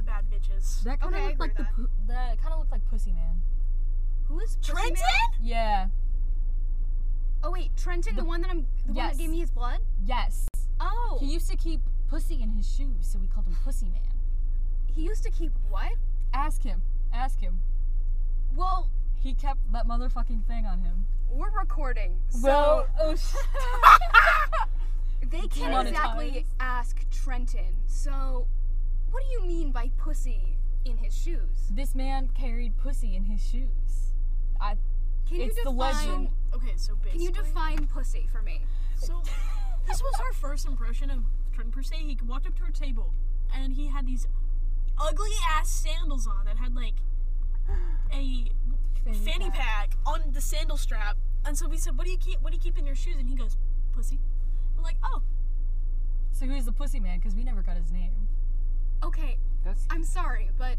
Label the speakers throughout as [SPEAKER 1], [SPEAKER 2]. [SPEAKER 1] bitches.
[SPEAKER 2] That kind of
[SPEAKER 3] Okay, I
[SPEAKER 2] looked
[SPEAKER 3] agree
[SPEAKER 2] like the
[SPEAKER 3] with
[SPEAKER 2] poo- that kind of looked like Pussy Man.
[SPEAKER 3] Who is Pussy Man?
[SPEAKER 1] Trenton?
[SPEAKER 2] Yeah.
[SPEAKER 3] Oh wait, Trenton, the,
[SPEAKER 2] The-
[SPEAKER 3] one that I'm, the one
[SPEAKER 2] Yes.
[SPEAKER 3] that gave me his blood.
[SPEAKER 2] Yes.
[SPEAKER 3] Oh,
[SPEAKER 2] He used to keep pussy in his shoes, so we called him Pussy Man.
[SPEAKER 3] he used to keep what?
[SPEAKER 2] Ask him. Ask him.
[SPEAKER 3] Well,
[SPEAKER 2] He kept that motherfucking thing on him.
[SPEAKER 3] we're recording, so
[SPEAKER 2] Well, oh, sh-
[SPEAKER 3] they can't exactly
[SPEAKER 2] Monetized.
[SPEAKER 3] ask Trenton. So, what do you mean by pussy in his shoes?
[SPEAKER 2] this man carried pussy in his shoes. I
[SPEAKER 3] Can
[SPEAKER 2] It's
[SPEAKER 3] you
[SPEAKER 2] the
[SPEAKER 3] define?
[SPEAKER 2] legend.
[SPEAKER 1] Okay, so basically.
[SPEAKER 3] Can you define pussy for me?
[SPEAKER 1] So, this was our first impression of Trenton per se. He walked up to our table, and he had these ugly ass sandals on that had like a fanny pack on the sandal strap. And so we said, "What do you keep? What do you keep in your shoes?" And he goes, "Pussy." We're like, "Oh,
[SPEAKER 2] So who's the Pussy Man? Because we never got his name.
[SPEAKER 3] Okay,
[SPEAKER 2] That's
[SPEAKER 3] I'm sorry, but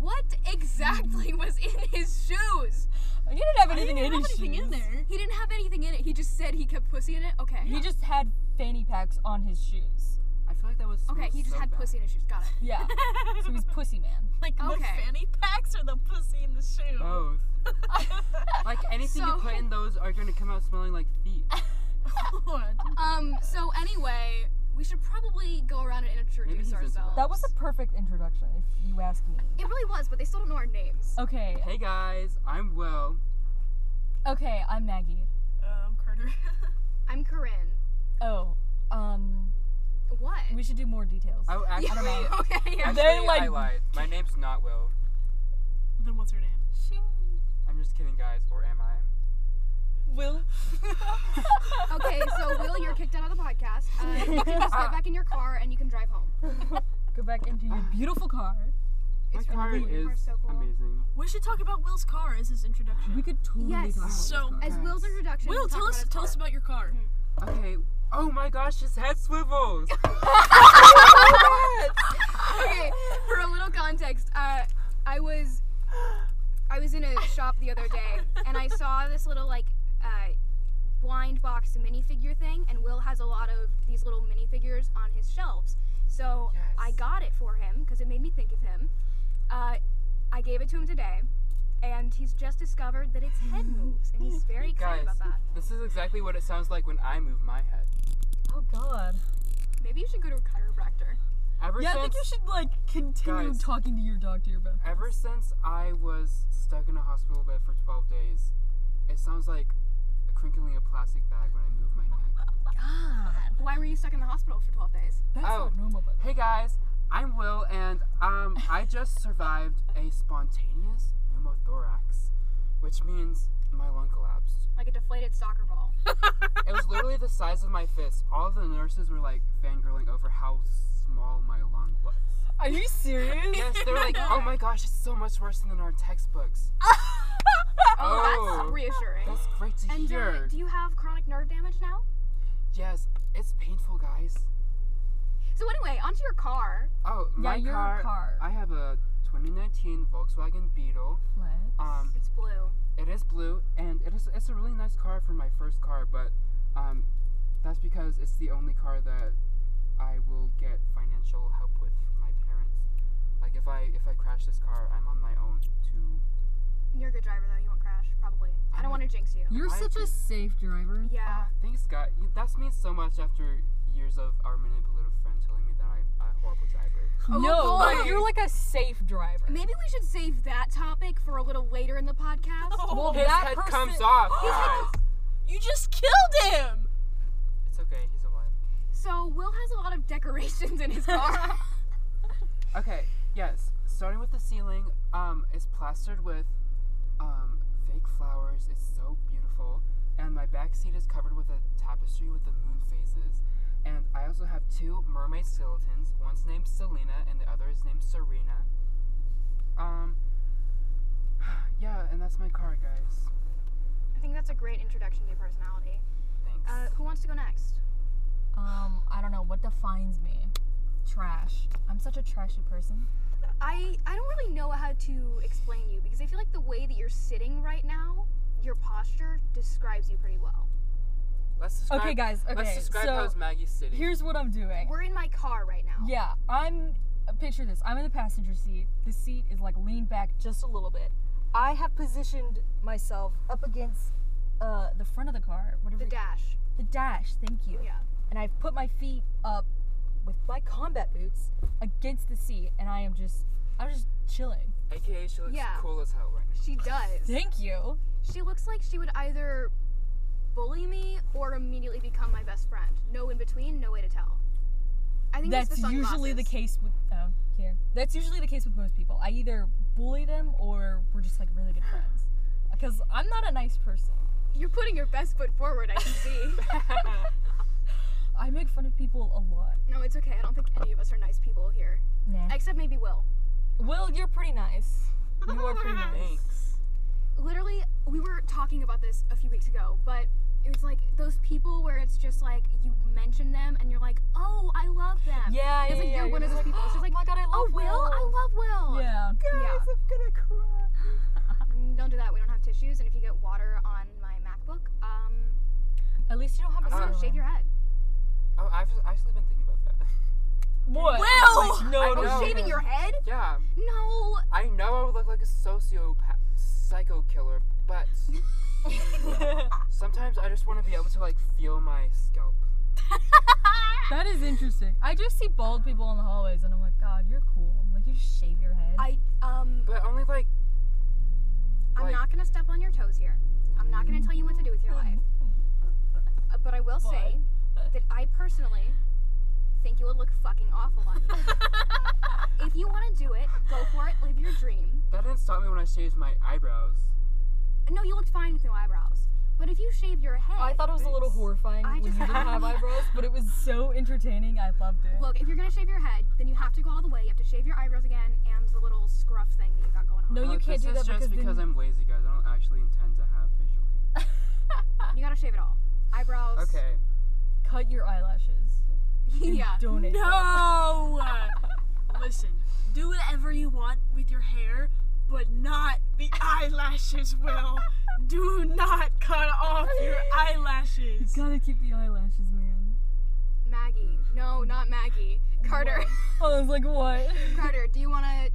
[SPEAKER 3] what exactly was in his shoes?
[SPEAKER 2] he didn't have
[SPEAKER 1] I didn't
[SPEAKER 2] anything in
[SPEAKER 1] have
[SPEAKER 2] his
[SPEAKER 1] anything in
[SPEAKER 2] shoes.
[SPEAKER 1] there."
[SPEAKER 3] He didn't have anything in it. He just said he kept pussy in it. Okay.
[SPEAKER 2] He just had fanny packs on his shoes.
[SPEAKER 4] I feel like that was.
[SPEAKER 3] okay, he just had pussy in his shoes. Got it.
[SPEAKER 2] Yeah. so he's Pussy Man.
[SPEAKER 1] Like the
[SPEAKER 3] Okay.
[SPEAKER 1] fanny packs or the pussy in the shoe.
[SPEAKER 4] Both. like anything
[SPEAKER 3] So-
[SPEAKER 4] you put in those are going to come out smelling like feet.
[SPEAKER 1] Lord.
[SPEAKER 3] Um. So anyway, we should probably go around and
[SPEAKER 4] Maybe
[SPEAKER 3] introduce
[SPEAKER 4] he's into
[SPEAKER 3] ourselves.
[SPEAKER 2] That was a perfect introduction, if you ask me.
[SPEAKER 3] It really was, but they still don't know our names.
[SPEAKER 2] Okay.
[SPEAKER 4] Hey guys, I'm Will.
[SPEAKER 2] Okay, I'm Maggie.
[SPEAKER 1] Um, Carter.
[SPEAKER 3] I'm Corinne.
[SPEAKER 2] Oh, um,
[SPEAKER 3] What?
[SPEAKER 2] we should do more details.
[SPEAKER 4] I actually.
[SPEAKER 3] Yeah,
[SPEAKER 4] actually,
[SPEAKER 3] okay. Yeah.
[SPEAKER 2] They're like-
[SPEAKER 4] I lied. My name's not Will.
[SPEAKER 1] then what's her name?
[SPEAKER 4] I'm just kidding, guys. Or am I?
[SPEAKER 2] Will.
[SPEAKER 3] Okay. So Will, you're kicked out of the podcast. Uh, you can just get back in your car and you can drive home.
[SPEAKER 2] Go back into your beautiful car.
[SPEAKER 4] My
[SPEAKER 3] It's
[SPEAKER 4] car
[SPEAKER 3] really cool.
[SPEAKER 4] is
[SPEAKER 3] Your car's so cool.
[SPEAKER 4] amazing.
[SPEAKER 1] We should talk about Will's car as his introduction.
[SPEAKER 2] We could totally
[SPEAKER 3] Yes.
[SPEAKER 2] go out with
[SPEAKER 1] So-
[SPEAKER 2] this
[SPEAKER 3] As
[SPEAKER 2] car.
[SPEAKER 3] Will's introduction.
[SPEAKER 1] Will,
[SPEAKER 3] we'll talk
[SPEAKER 1] tell
[SPEAKER 3] about
[SPEAKER 1] us
[SPEAKER 3] his
[SPEAKER 1] tell
[SPEAKER 3] car.
[SPEAKER 1] us about your car.
[SPEAKER 4] Okay. Oh my gosh, his head swivels.
[SPEAKER 3] okay, for a little context, uh, I was I was in a shop the other day and I saw this little like uh, blind box minifigure thing, and Will has a lot of these little minifigures on his shelves. So
[SPEAKER 4] Yes.
[SPEAKER 3] I got it for him because it made me think of him. Uh, I gave it to him today, and he's just discovered that its head moves, and he's very excited
[SPEAKER 4] guys,
[SPEAKER 3] about that.
[SPEAKER 4] this is exactly what it sounds like when I move my head.
[SPEAKER 2] Oh God.
[SPEAKER 3] Maybe you should go to a chiropractor.
[SPEAKER 4] Ever
[SPEAKER 2] Yeah, I
[SPEAKER 4] since
[SPEAKER 2] think you should like continue
[SPEAKER 4] Guys.
[SPEAKER 2] talking to your doctor about. this.
[SPEAKER 4] Ever since I was stuck in a hospital bed for 12 days, it sounds like a crinkling a plastic bag when I move my neck.
[SPEAKER 3] Why were you stuck in the hospital for 12 days?
[SPEAKER 2] That's
[SPEAKER 4] Oh.
[SPEAKER 2] not normal, but
[SPEAKER 4] Hey guys, I'm Will, and um, I just survived a spontaneous pneumothorax, which means my lung collapsed.
[SPEAKER 3] Like a deflated soccer ball.
[SPEAKER 4] It was literally the size of my fist. All of the nurses were like fangirling over how small my lung was.
[SPEAKER 2] are you serious?
[SPEAKER 4] Yes, they're like, oh my gosh, it's so much worse than our textbooks.
[SPEAKER 3] Oh,
[SPEAKER 4] Oh.
[SPEAKER 3] that's reassuring.
[SPEAKER 4] That's great to
[SPEAKER 3] And
[SPEAKER 4] hear.
[SPEAKER 3] uh, do you have chronic nerve damage now?
[SPEAKER 4] Yes, it's painful, guys.
[SPEAKER 3] So anyway, onto your car.
[SPEAKER 4] Oh, my
[SPEAKER 2] your
[SPEAKER 4] car,
[SPEAKER 2] car.
[SPEAKER 4] I have a 2019 Volkswagen Beetle.
[SPEAKER 2] What?
[SPEAKER 4] Um,
[SPEAKER 3] It's blue.
[SPEAKER 4] it is blue, and it is it's a really nice car for my first car, but um, that's because it's the only car that I will get financial help with from my parents. Like if I if I crash this car, I'm on my own to.
[SPEAKER 3] You're a good driver though. You won't crash, probably. I don't
[SPEAKER 4] I'm
[SPEAKER 3] want to jinx you.
[SPEAKER 2] You're
[SPEAKER 4] I
[SPEAKER 2] such a
[SPEAKER 4] just-
[SPEAKER 2] safe driver.
[SPEAKER 3] Yeah.
[SPEAKER 4] ah, Thanks, God. You- That means so much after years of our manipulative friend telling me that I'm a horrible driver.
[SPEAKER 3] Oh,
[SPEAKER 2] no, like,
[SPEAKER 3] boy.
[SPEAKER 2] you're like a safe driver.
[SPEAKER 3] Maybe we should save that topic for a little later in the podcast.
[SPEAKER 2] Well,
[SPEAKER 4] His
[SPEAKER 2] that
[SPEAKER 4] head
[SPEAKER 2] person-
[SPEAKER 4] comes off, guys.
[SPEAKER 1] Oh. You just killed him.
[SPEAKER 4] it's okay, he's alive.
[SPEAKER 3] So Will has a lot of decorations in his car.
[SPEAKER 4] Okay, yes. Starting with the ceiling, um, it's plastered with um, fake flowers. It's so beautiful. And my back seat is covered with a tapestry with the moon phases. And I also have two mermaid skeletons. One's named Selena and the other is named Serena. Um, yeah, and that's my car, guys.
[SPEAKER 3] I think that's a great introduction to your personality.
[SPEAKER 4] Thanks.
[SPEAKER 3] Uh, who wants to go next?
[SPEAKER 2] Um, I don't know what defines me. Trash. I'm such a trashy person.
[SPEAKER 3] I I don't really know how to explain you because I feel like the way that you're sitting right now, your posture describes you pretty well.
[SPEAKER 4] let's describe,
[SPEAKER 2] okay, guys,
[SPEAKER 4] Let's
[SPEAKER 2] okay,
[SPEAKER 4] describe
[SPEAKER 2] so
[SPEAKER 4] how's Maggie's sitting.
[SPEAKER 2] Here's what I'm doing.
[SPEAKER 3] We're in my car right now.
[SPEAKER 2] Yeah, I'm uh, picture this. I'm in the passenger seat. The seat is like leaned back just a little bit. I have positioned myself up against uh, the front of the car. Whatever
[SPEAKER 3] The dash.
[SPEAKER 2] the dash, thank you.
[SPEAKER 3] Yeah.
[SPEAKER 2] And I've put my feet up with my combat boots against the seat, and I am just, I'm just chilling.
[SPEAKER 4] AKA, she looks
[SPEAKER 3] Yeah.
[SPEAKER 4] cool as hell right now.
[SPEAKER 3] She does.
[SPEAKER 2] Thank you.
[SPEAKER 3] She looks like she would either bully me or immediately become my best friend. No in between, no way to tell. I think
[SPEAKER 2] That's
[SPEAKER 3] it's the
[SPEAKER 2] usually the
[SPEAKER 3] sunglasses.
[SPEAKER 2] case with oh, here. That's usually the case with most people. I either bully them or we're just like really good friends. Because I'm not a nice person.
[SPEAKER 3] You're putting your best foot forward, I can see.
[SPEAKER 2] I make fun of people a lot.
[SPEAKER 3] no, it's okay. I don't think any of us are nice people here.
[SPEAKER 2] Nah.
[SPEAKER 3] Except maybe Will.
[SPEAKER 2] Will, you're pretty nice. You are pretty nice.
[SPEAKER 4] Thanks.
[SPEAKER 3] literally we were talking about this a few weeks ago but it was like those people where it's just like you mention them and you're like oh i love them
[SPEAKER 2] Yeah,
[SPEAKER 3] it's
[SPEAKER 2] yeah,
[SPEAKER 3] like
[SPEAKER 2] yeah.
[SPEAKER 3] you're one of
[SPEAKER 2] just
[SPEAKER 3] those people it's just like
[SPEAKER 2] oh my god, I
[SPEAKER 3] oh
[SPEAKER 2] love
[SPEAKER 3] will i love will
[SPEAKER 2] Yeah.
[SPEAKER 3] Yeah.
[SPEAKER 4] Guys, I'm gonna cry.
[SPEAKER 3] Mm, don't do that we don't have tissues and if you get water on my macbook um
[SPEAKER 2] At least you don't have
[SPEAKER 3] i'm
[SPEAKER 2] to
[SPEAKER 3] gonna
[SPEAKER 2] say
[SPEAKER 3] shave your head
[SPEAKER 4] Oh, I've actually been thinking about that.
[SPEAKER 2] What?
[SPEAKER 1] Will!
[SPEAKER 2] no,
[SPEAKER 4] I
[SPEAKER 2] no,
[SPEAKER 4] know.
[SPEAKER 2] Oh, no.
[SPEAKER 3] shaving your head
[SPEAKER 4] Yeah,
[SPEAKER 3] no
[SPEAKER 4] I know I would look like a sociopath, psycho killer, but sometimes I just want to be able to like feel my scalp.
[SPEAKER 2] that is interesting. I do see bald people in the hallways, and I'm like, God, you're cool. Like you just shave your head.
[SPEAKER 3] i um
[SPEAKER 4] But only like
[SPEAKER 3] i'm
[SPEAKER 4] Like-
[SPEAKER 3] not gonna step on your toes here i'm not gonna tell you what to do with your life Uh, but i will say that i personally think you would look fucking awful on you If you want to do it, go for it. Live your dream.
[SPEAKER 4] that didn't stop me when I shaved my eyebrows.
[SPEAKER 3] No, you looked fine with no eyebrows. But if you shave your head,
[SPEAKER 2] Oh, I thought it was a little
[SPEAKER 4] Thanks.
[SPEAKER 2] horrifying
[SPEAKER 3] I
[SPEAKER 2] when
[SPEAKER 3] just-
[SPEAKER 2] you didn't have eyebrows, but it was so entertaining. I loved it.
[SPEAKER 3] look, if you're gonna shave your head, then you have to go all the way. You have to shave your eyebrows again and the little scruff thing that you got going on.
[SPEAKER 2] No, you
[SPEAKER 4] Look,
[SPEAKER 2] can't
[SPEAKER 4] Uh, this
[SPEAKER 2] do that
[SPEAKER 4] is just
[SPEAKER 2] because,
[SPEAKER 4] because
[SPEAKER 2] then,
[SPEAKER 4] I'm lazy, guys. I don't actually intend to have facial hair.
[SPEAKER 3] You gotta shave it all. Eyebrows.
[SPEAKER 4] Okay,
[SPEAKER 2] cut your eyelashes. and
[SPEAKER 3] yeah.
[SPEAKER 2] Donate. them.
[SPEAKER 1] No! Listen, do whatever you want with your hair, but not the eyelashes, Will. Do not cut off your eyelashes.
[SPEAKER 2] Gotta keep the eyelashes, man.
[SPEAKER 3] Maggie. No, not Maggie. Carter.
[SPEAKER 2] I was like, what?
[SPEAKER 3] Carter, do you want to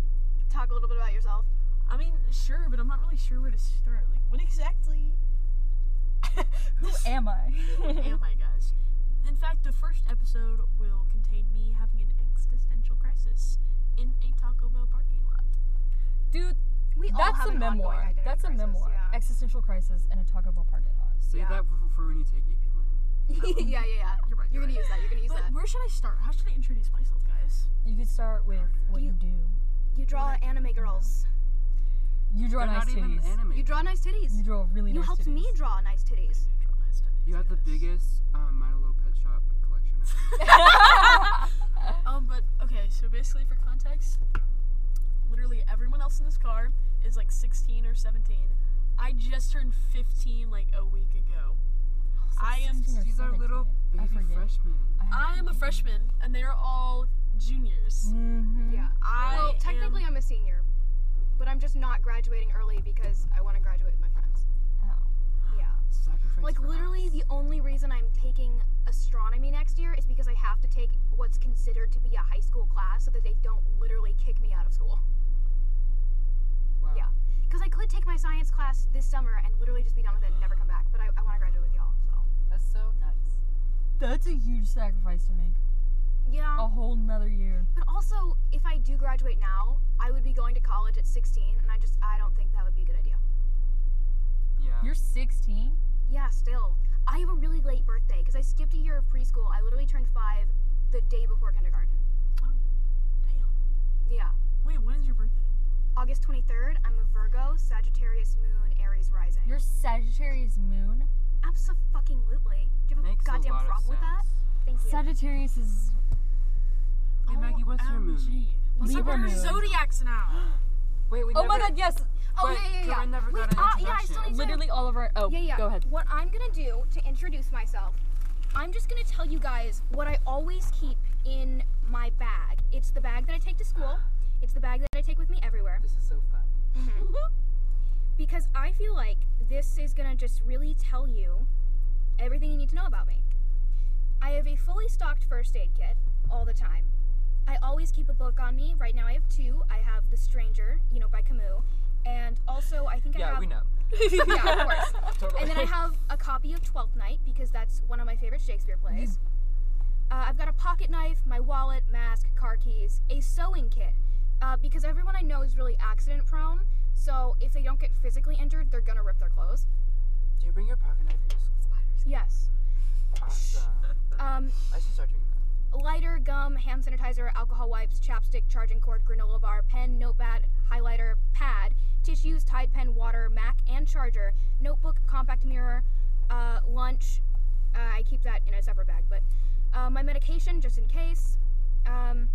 [SPEAKER 3] talk a little bit about yourself?
[SPEAKER 1] I mean, sure, but I'm not really sure where to start. Like, what exactly
[SPEAKER 2] Who am I?
[SPEAKER 1] am I, guys? Oh In fact, the first episode will contain me having an existential crisis in a Taco Bell parking lot.
[SPEAKER 2] Dude,
[SPEAKER 3] We all
[SPEAKER 2] that's
[SPEAKER 3] have
[SPEAKER 2] a
[SPEAKER 3] an ongoing
[SPEAKER 2] memoir.
[SPEAKER 3] identity
[SPEAKER 2] That's a
[SPEAKER 3] crisis,
[SPEAKER 2] memoir.
[SPEAKER 3] yeah.
[SPEAKER 2] Existential crisis in a Taco Bell parking lot.
[SPEAKER 4] say
[SPEAKER 3] Yeah.
[SPEAKER 4] that for, for when you take AP Lang.
[SPEAKER 3] yeah, yeah, yeah.
[SPEAKER 1] You're right.
[SPEAKER 3] You're gonna
[SPEAKER 1] right.
[SPEAKER 3] use that. You're gonna use
[SPEAKER 1] But
[SPEAKER 3] that.
[SPEAKER 1] where should I start? How should I introduce myself, guys?
[SPEAKER 2] You could start with what you,
[SPEAKER 3] You-
[SPEAKER 2] do.
[SPEAKER 3] You draw anime girls.
[SPEAKER 2] You draw
[SPEAKER 4] They're
[SPEAKER 2] nice
[SPEAKER 4] not even
[SPEAKER 2] titties.
[SPEAKER 4] anime.
[SPEAKER 3] You draw nice
[SPEAKER 2] You
[SPEAKER 3] titties.
[SPEAKER 2] draw really
[SPEAKER 3] You
[SPEAKER 2] nice
[SPEAKER 3] helped me
[SPEAKER 2] titties.
[SPEAKER 3] draw nice Mm-hmm. titties.
[SPEAKER 4] You have the biggest um, My Little Pet Shop collection. ever.
[SPEAKER 1] Um, but okay, so basically for context, literally everyone else in this car is like 16 or 17. I just turned 15 like a week ago. I am
[SPEAKER 2] 16 or
[SPEAKER 4] She's our little
[SPEAKER 2] 17. I
[SPEAKER 4] baby
[SPEAKER 2] forget.
[SPEAKER 4] freshman.
[SPEAKER 1] I am a freshman and they're all juniors.
[SPEAKER 2] Mm-hmm.
[SPEAKER 3] Yeah.
[SPEAKER 1] I
[SPEAKER 3] Well,
[SPEAKER 1] am-
[SPEAKER 3] technically, I'm a senior, but I'm just not graduating early because I want to graduate with my friends. Yeah.
[SPEAKER 4] Sacrifice.
[SPEAKER 3] Like
[SPEAKER 4] for
[SPEAKER 3] literally,
[SPEAKER 4] us.
[SPEAKER 3] the only reason I'm taking astronomy next year is because I have to take what's considered to be a high school class so that they don't literally kick me out of school.
[SPEAKER 4] Wow.
[SPEAKER 3] yeah. Because I could take my science class this summer and literally just be done with it and never come back, but I, I want to graduate with y'all. So
[SPEAKER 4] That's so nice.
[SPEAKER 2] That's a huge sacrifice to make.
[SPEAKER 3] yeah.
[SPEAKER 2] A whole nother year.
[SPEAKER 3] But also, if I do graduate now, I would be going to college at 16, and I just I don't think that would be a good idea.
[SPEAKER 4] Yeah.
[SPEAKER 2] You're 16?
[SPEAKER 3] Yeah, still. I have a really late birthday because I skipped a year of preschool. I literally turned five the day before kindergarten.
[SPEAKER 1] Damn.
[SPEAKER 3] Yeah.
[SPEAKER 1] Wait, when is your birthday?
[SPEAKER 3] August 23rd, I'm a Virgo, Sagittarius moon, Aries rising.
[SPEAKER 2] You're Sagittarius moon?
[SPEAKER 3] I'm so fucking lootly. Do you have a
[SPEAKER 4] Makes
[SPEAKER 3] goddamn
[SPEAKER 4] a lot
[SPEAKER 3] problem
[SPEAKER 4] of
[SPEAKER 3] with that?
[SPEAKER 4] sense.
[SPEAKER 3] Thank you.
[SPEAKER 2] Sagittarius is.
[SPEAKER 4] Hey, Maggie, what's your moon?
[SPEAKER 1] OMG. What's up
[SPEAKER 2] Libra
[SPEAKER 1] with our
[SPEAKER 2] moon.
[SPEAKER 1] zodiacs now?
[SPEAKER 4] Wait, we
[SPEAKER 2] Oh
[SPEAKER 4] never,
[SPEAKER 2] my god, yes!
[SPEAKER 3] oh,
[SPEAKER 4] Wait,
[SPEAKER 3] yeah, yeah, yeah.
[SPEAKER 4] Corinne never
[SPEAKER 3] Wait,
[SPEAKER 4] got an
[SPEAKER 3] ah, yeah, I still
[SPEAKER 4] introduction.
[SPEAKER 3] need to.
[SPEAKER 2] Literally all of our. Oh,
[SPEAKER 3] Yeah, yeah.
[SPEAKER 2] go ahead.
[SPEAKER 3] What I'm gonna do to introduce myself, I'm just gonna tell you guys what I always keep in my bag. It's the bag that I take to school. It's the bag that I take with me everywhere.
[SPEAKER 4] This is so fun.
[SPEAKER 3] because I feel like this is going to just really tell you everything you need to know about me. I have a fully stocked first aid kit all the time. I always keep a book on me. Right now I have two. I have The Stranger, you know, by Camus. And also I think I
[SPEAKER 4] Yeah,
[SPEAKER 3] have
[SPEAKER 4] we know.
[SPEAKER 3] Yeah, of course.
[SPEAKER 4] Totally.
[SPEAKER 3] And then I have a copy of Twelfth Night because that's one of my favorite Shakespeare plays. Uh, I've got a pocket knife, my wallet, mask, car keys, a sewing kit uh, because everyone I know is really accident prone. So if they don't get physically injured, they're gonna rip their clothes.
[SPEAKER 4] Do you bring your pocket knife? in your school?
[SPEAKER 3] Yes.
[SPEAKER 4] Awesome.
[SPEAKER 3] Um,
[SPEAKER 4] I should start doing that.
[SPEAKER 3] lighter, gum, hand sanitizer, alcohol wipes, chapstick, charging cord, granola bar, pen, notepad, highlighter, pad, tissues, Tide Pen, water, Mac, and charger, notebook, compact mirror, uh, lunch. Uh, I keep that in a separate bag, but uh, my medication just in case. Um,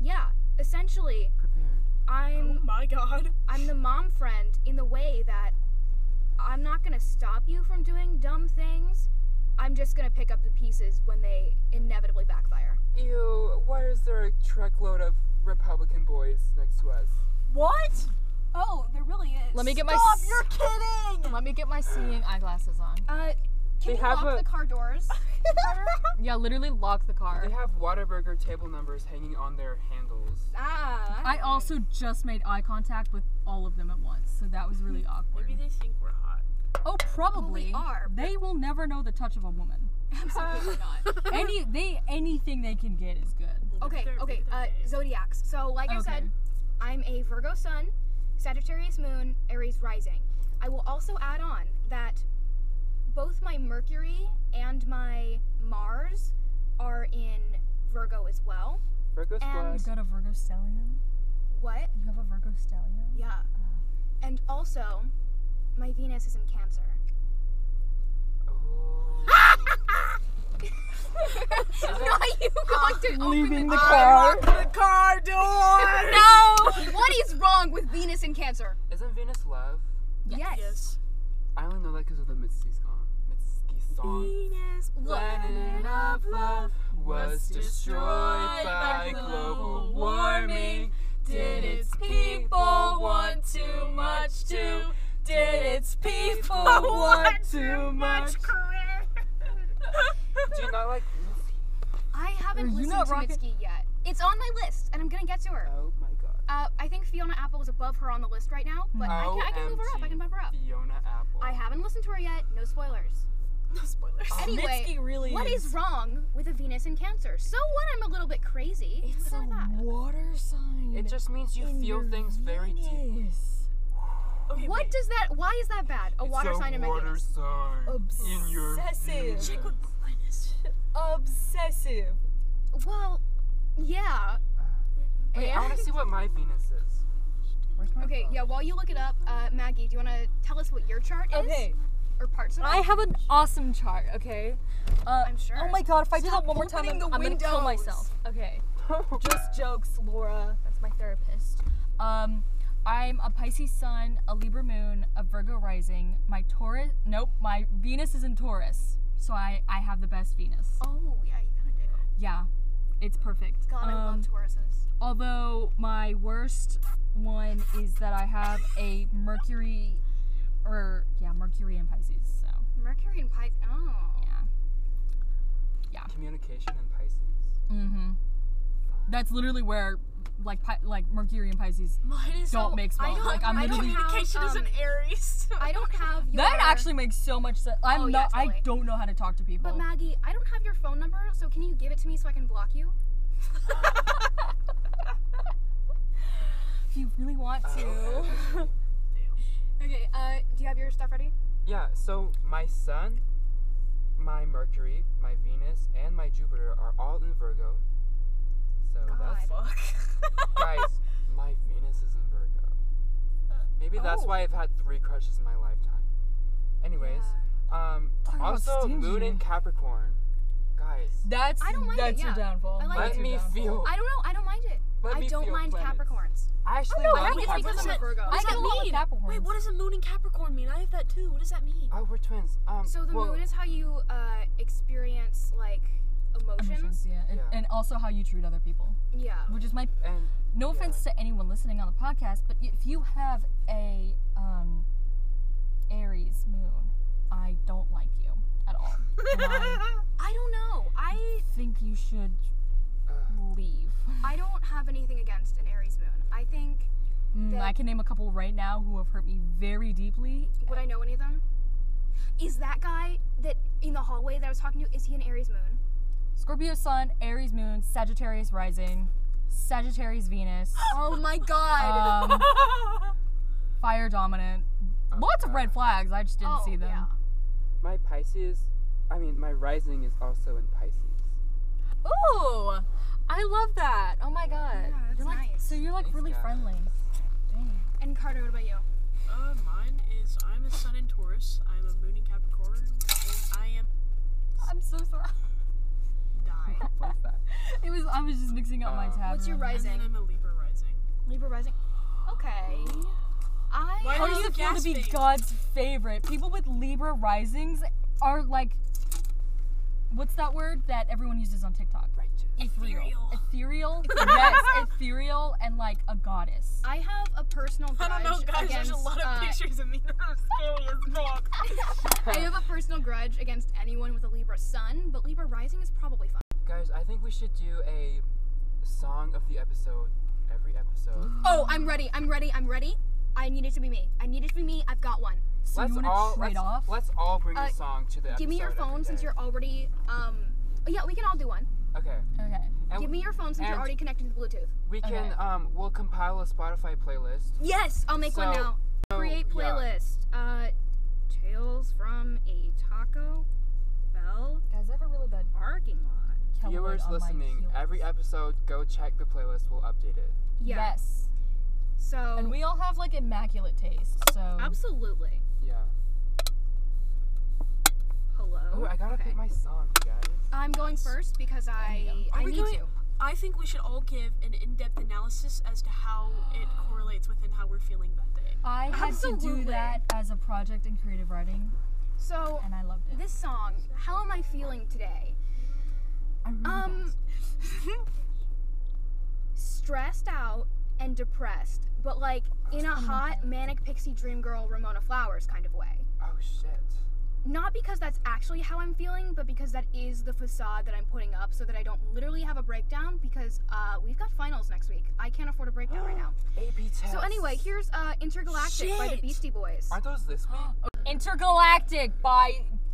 [SPEAKER 3] yeah, essentially,
[SPEAKER 4] Prepared.
[SPEAKER 1] Oh
[SPEAKER 3] I'm
[SPEAKER 1] my god.
[SPEAKER 3] I'm the mom friend in the way that I'm not gonna stop you from doing dumb things. I'm just gonna pick up the pieces when they inevitably backfire.
[SPEAKER 4] Ew, why is there a truckload of Republican boys next to us?
[SPEAKER 1] What?
[SPEAKER 5] Oh, there really is.
[SPEAKER 2] Let me get my
[SPEAKER 1] Stop!
[SPEAKER 2] s-
[SPEAKER 1] You're kidding.
[SPEAKER 2] Let me get my seeing eyeglasses on.
[SPEAKER 3] Uh,
[SPEAKER 4] They
[SPEAKER 3] can you
[SPEAKER 4] have
[SPEAKER 3] lock
[SPEAKER 4] a-
[SPEAKER 3] the car doors?
[SPEAKER 2] Yeah, literally lock the car.
[SPEAKER 4] They have Whataburger table numbers hanging on their handles.
[SPEAKER 3] ah.
[SPEAKER 5] I also just made eye contact with all of them at once, so that was really awkward.
[SPEAKER 1] Maybe they think we're hot.
[SPEAKER 5] Oh, probably.
[SPEAKER 3] Well, we are,
[SPEAKER 5] They will never know the touch of a woman.
[SPEAKER 3] Absolutely not.
[SPEAKER 5] Any they anything they can get is good.
[SPEAKER 3] okay,
[SPEAKER 1] They're-
[SPEAKER 3] okay.
[SPEAKER 1] they're
[SPEAKER 3] Uh,
[SPEAKER 1] gay.
[SPEAKER 3] zodiacs. So, like I
[SPEAKER 5] Okay.
[SPEAKER 3] said, I'm a Virgo sun, Sagittarius moon, Aries rising. I will also add on that both my Mercury and my Mars are in Virgo as well.
[SPEAKER 4] Virgo
[SPEAKER 3] And-
[SPEAKER 5] You
[SPEAKER 4] Splash.
[SPEAKER 5] got a Virgo stallion?
[SPEAKER 3] What?
[SPEAKER 5] You have a Virgo stallion?
[SPEAKER 3] Yeah. And also, my Venus is in Cancer.
[SPEAKER 4] Oh.
[SPEAKER 3] Not you want to
[SPEAKER 4] Leaving the
[SPEAKER 1] Lock the car door.
[SPEAKER 3] No! what is wrong with Venus in Cancer?
[SPEAKER 4] Isn't Venus love?
[SPEAKER 3] Yes.
[SPEAKER 1] Yes.
[SPEAKER 4] I only know that because of the Mitski song. Mitski song.
[SPEAKER 1] Venus.
[SPEAKER 4] Planet of love was destroyed by global warming. Did its people want too much to? Did its people want too much? Do you not like Mitski?
[SPEAKER 3] I haven't
[SPEAKER 5] Are you
[SPEAKER 3] listened
[SPEAKER 5] not
[SPEAKER 3] to
[SPEAKER 5] rocking-
[SPEAKER 3] Mitski yet. It's on my list, and I'm gonna get to her.
[SPEAKER 4] Oh my god.
[SPEAKER 3] Uh, I think Fiona Apple is above her on the list right now, but I can, I can move her up. I can bump her up.
[SPEAKER 4] Fiona Apple.
[SPEAKER 3] I haven't listened to her yet. No spoilers.
[SPEAKER 1] No spoilers.
[SPEAKER 3] Anyway,
[SPEAKER 1] Mitski really
[SPEAKER 3] What is wrong with a Venus in Cancer? So what? I'm a little bit crazy.
[SPEAKER 2] It's
[SPEAKER 3] How
[SPEAKER 2] a
[SPEAKER 3] about that?
[SPEAKER 2] water sign.
[SPEAKER 4] It just means you feel things very deeply.
[SPEAKER 1] Okay,
[SPEAKER 3] What
[SPEAKER 1] wait.
[SPEAKER 3] does that? Why is that bad? A water
[SPEAKER 4] it's a
[SPEAKER 3] sign in my
[SPEAKER 4] water
[SPEAKER 3] Venus.
[SPEAKER 4] sign in your
[SPEAKER 2] Obsessive.
[SPEAKER 4] Venus.
[SPEAKER 1] Chick with blindness.
[SPEAKER 2] Obsessive.
[SPEAKER 3] Well, yeah.
[SPEAKER 4] Wait, I
[SPEAKER 3] And-
[SPEAKER 4] want to see what my Venus is. Where's my
[SPEAKER 3] Okay,
[SPEAKER 4] phone?
[SPEAKER 3] yeah. While you look it up, uh, Maggie, do you want to tell us what your chart is?
[SPEAKER 2] Okay.
[SPEAKER 3] Or parts of it?
[SPEAKER 2] I have an awesome chart, okay? Uh,
[SPEAKER 3] I'm sure.
[SPEAKER 2] Oh my god, if I do
[SPEAKER 3] Stop
[SPEAKER 2] that one more time,
[SPEAKER 3] opening
[SPEAKER 2] I'm,
[SPEAKER 3] the
[SPEAKER 2] I'm gonna kill
[SPEAKER 3] windows.
[SPEAKER 2] myself. Okay. Just jokes, Laura. That's my therapist. Um, I'm a Pisces sun, a Libra moon, a Virgo rising. My Taurus, nope, my Venus is in Taurus. So I, I have the best Venus.
[SPEAKER 3] Oh yeah, you kind of do.
[SPEAKER 2] Yeah, it's perfect.
[SPEAKER 3] God, I
[SPEAKER 2] Um,
[SPEAKER 3] love Tauruses.
[SPEAKER 2] Although my worst one is that I have a Mercury, or yeah, Mercury in Pisces. So
[SPEAKER 3] Mercury and Pisces. Oh.
[SPEAKER 2] yeah.
[SPEAKER 4] Communication in Pisces.
[SPEAKER 2] Mm-hmm. That's literally where, like, pi- like Mercury and Pisces
[SPEAKER 1] Mine is
[SPEAKER 2] don't
[SPEAKER 1] so-
[SPEAKER 2] make small.
[SPEAKER 3] I don't-
[SPEAKER 2] like, I'm
[SPEAKER 3] I don't
[SPEAKER 2] literally.
[SPEAKER 3] have-
[SPEAKER 1] Communication is an
[SPEAKER 3] um,
[SPEAKER 1] Aries.
[SPEAKER 3] I don't have your.
[SPEAKER 2] That actually makes so much sense. I'm
[SPEAKER 3] Oh, yeah,
[SPEAKER 2] not. I
[SPEAKER 3] totally.
[SPEAKER 2] don't know how to talk to people.
[SPEAKER 3] But Maggie, I don't have your phone number, so can you give it to me so I can block you?
[SPEAKER 2] if you really want to.
[SPEAKER 4] Oh,
[SPEAKER 3] Okay. Uh, do you have your stuff ready?
[SPEAKER 4] yeah, so my Sun, my Mercury, my Venus, and my Jupiter are all in Virgo. So that's.
[SPEAKER 1] Fuck.
[SPEAKER 4] Guys, my Venus is in Virgo. Maybe that's
[SPEAKER 3] Oh.
[SPEAKER 4] why I've had three crushes in my lifetime. Anyways, um,
[SPEAKER 2] Talk about
[SPEAKER 4] also Moon
[SPEAKER 2] stingy.
[SPEAKER 4] in Capricorn. Guys,
[SPEAKER 2] That's
[SPEAKER 3] I don't mind it,
[SPEAKER 2] that's your
[SPEAKER 3] yeah.
[SPEAKER 2] downfall.
[SPEAKER 3] I like
[SPEAKER 2] That's
[SPEAKER 4] let
[SPEAKER 2] your
[SPEAKER 4] me
[SPEAKER 2] downfall.
[SPEAKER 4] feel.
[SPEAKER 3] Uh, I don't know. I don't mind it.
[SPEAKER 4] Let
[SPEAKER 3] I
[SPEAKER 4] me
[SPEAKER 3] don't
[SPEAKER 4] feel
[SPEAKER 3] mind Oh,
[SPEAKER 4] planets.
[SPEAKER 3] Capricords.
[SPEAKER 4] I actually
[SPEAKER 1] no, I
[SPEAKER 4] love
[SPEAKER 1] think it's because
[SPEAKER 4] Capricorn.
[SPEAKER 1] I'm a
[SPEAKER 3] Virgo.
[SPEAKER 2] I
[SPEAKER 1] What does
[SPEAKER 2] get
[SPEAKER 1] that
[SPEAKER 2] along with
[SPEAKER 1] mean?
[SPEAKER 2] Capricorns.
[SPEAKER 1] Wait, what does a moon in Capricorn mean? I have that too. What does that mean?
[SPEAKER 4] Oh, we're twins. Um,
[SPEAKER 3] So the
[SPEAKER 4] well,
[SPEAKER 3] moon is how you uh, experience like emotions.
[SPEAKER 2] Emotions, yeah. And,
[SPEAKER 4] Yeah.
[SPEAKER 2] and also how you treat other people,
[SPEAKER 3] Yeah.
[SPEAKER 2] which is my
[SPEAKER 4] And
[SPEAKER 2] no
[SPEAKER 4] Yeah.
[SPEAKER 2] offense to anyone listening on the podcast, but if you have a um, Aries moon, I don't like you at all. And I
[SPEAKER 3] I don't know. I
[SPEAKER 2] think you should
[SPEAKER 4] uh,
[SPEAKER 2] leave.
[SPEAKER 3] I don't have anything against an Aries moon. I think.
[SPEAKER 2] Mm, I
[SPEAKER 3] That-
[SPEAKER 2] can name a couple right now who have hurt me very deeply.
[SPEAKER 3] Would I know any of them? Is that guy that in the hallway that I was talking to? Is he an Aries moon?
[SPEAKER 2] Scorpio Sun, Aries Moon, Sagittarius Rising, Sagittarius Venus,
[SPEAKER 3] Oh my god.
[SPEAKER 2] um, Fire Dominant.
[SPEAKER 4] Oh,
[SPEAKER 2] Lots of
[SPEAKER 4] God.
[SPEAKER 2] red flags. I just didn't
[SPEAKER 3] oh,
[SPEAKER 2] see them.
[SPEAKER 3] Yeah.
[SPEAKER 4] My Pisces, I mean, my rising is also in Pisces.
[SPEAKER 2] Ooh, I love that. Oh my god.
[SPEAKER 3] Yeah, that's
[SPEAKER 2] you're like,
[SPEAKER 3] nice.
[SPEAKER 2] So you're like
[SPEAKER 4] Thanks,
[SPEAKER 2] really
[SPEAKER 4] guys.
[SPEAKER 2] friendly.
[SPEAKER 3] And Carter, what about you?
[SPEAKER 1] Uh, mine is I'm a sun in Taurus, I'm a moon in Capricorn, and I am
[SPEAKER 2] I'm so sorry.
[SPEAKER 1] die.
[SPEAKER 4] What is that?
[SPEAKER 2] It was I was just mixing up my
[SPEAKER 4] Um,
[SPEAKER 2] tabs.
[SPEAKER 3] What's your
[SPEAKER 1] and
[SPEAKER 3] rising?
[SPEAKER 1] then Mm, I'm a Libra rising.
[SPEAKER 3] Libra rising. Okay. I.
[SPEAKER 1] Why
[SPEAKER 2] How
[SPEAKER 1] are
[SPEAKER 2] does
[SPEAKER 1] you
[SPEAKER 2] it feel to be
[SPEAKER 1] gasping?
[SPEAKER 2] God's favorite? People with Libra risings are like, what's that word that everyone uses on TikTok?
[SPEAKER 1] Ethereal.
[SPEAKER 2] Ethereal. yes, ethereal and like a goddess.
[SPEAKER 3] I have a personal grudge
[SPEAKER 1] I don't know, guys.
[SPEAKER 3] against.
[SPEAKER 1] There's a lot of
[SPEAKER 3] uh,
[SPEAKER 1] pictures of me that are scary as fuck.
[SPEAKER 3] I have a personal grudge against anyone with a Libra sun, but Libra rising is probably fun.
[SPEAKER 4] Guys, I think we should do a song of the episode every episode.
[SPEAKER 3] Oh, I'm ready. I'm ready. I'm ready. I need it to be me. I need it to be me. I've got one.
[SPEAKER 2] So
[SPEAKER 4] let's
[SPEAKER 2] you want
[SPEAKER 4] all
[SPEAKER 2] to trade
[SPEAKER 4] let's,
[SPEAKER 2] off?
[SPEAKER 4] let's all bring
[SPEAKER 3] Uh,
[SPEAKER 4] a song to the episode.
[SPEAKER 3] Give me your
[SPEAKER 4] every
[SPEAKER 3] phone since
[SPEAKER 4] day.
[SPEAKER 3] you're already. Um. Yeah, we can all do one.
[SPEAKER 4] Okay.
[SPEAKER 2] Okay.
[SPEAKER 4] And
[SPEAKER 3] Give me your phone since you're
[SPEAKER 4] and-
[SPEAKER 3] already connected to the Bluetooth.
[SPEAKER 4] we
[SPEAKER 2] okay.
[SPEAKER 4] can um we'll compile a Spotify playlist.
[SPEAKER 3] Yes, I'll make one
[SPEAKER 4] So-
[SPEAKER 3] now.
[SPEAKER 4] So,
[SPEAKER 3] Create
[SPEAKER 4] yeah.
[SPEAKER 3] playlist. Uh, tales from a Taco Bell
[SPEAKER 2] Guys, I have a really bad
[SPEAKER 3] parking lot.
[SPEAKER 2] coward
[SPEAKER 4] Viewers
[SPEAKER 2] on my
[SPEAKER 4] listening,
[SPEAKER 2] heels.
[SPEAKER 4] every episode, go check the playlist. We'll update it.
[SPEAKER 3] Yeah.
[SPEAKER 2] Yes.
[SPEAKER 3] So
[SPEAKER 2] And we all have like immaculate taste. So
[SPEAKER 3] absolutely.
[SPEAKER 4] Yeah.
[SPEAKER 3] Hello.
[SPEAKER 4] Oh, I gotta
[SPEAKER 3] Okay.
[SPEAKER 4] pick my song, you guys.
[SPEAKER 3] I'm going first because I
[SPEAKER 1] Are
[SPEAKER 3] I
[SPEAKER 1] we
[SPEAKER 3] need
[SPEAKER 1] going-
[SPEAKER 3] to.
[SPEAKER 1] I think we should all give an in-depth analysis as to how it correlates within how we're feeling that day.
[SPEAKER 2] I had to
[SPEAKER 3] Absolutely.
[SPEAKER 2] do that as a project in creative writing,
[SPEAKER 3] So
[SPEAKER 2] and I loved it.
[SPEAKER 3] this song. How am I feeling today?
[SPEAKER 2] I really
[SPEAKER 3] Um, stressed out and depressed, but like in a hot manic pixie dream girl Ramona Flowers kind of way.
[SPEAKER 4] Oh shit.
[SPEAKER 3] Not because that's actually how I'm feeling, but because that is the facade that I'm putting up so that I don't literally have a breakdown because uh, we've got finals next week. I can't afford a breakdown right now.
[SPEAKER 4] AP test.
[SPEAKER 3] So anyway, here's uh, Intergalactic by the
[SPEAKER 1] Shit.
[SPEAKER 3] Beastie Boys.
[SPEAKER 4] aren't those this week?
[SPEAKER 2] Intergalactic by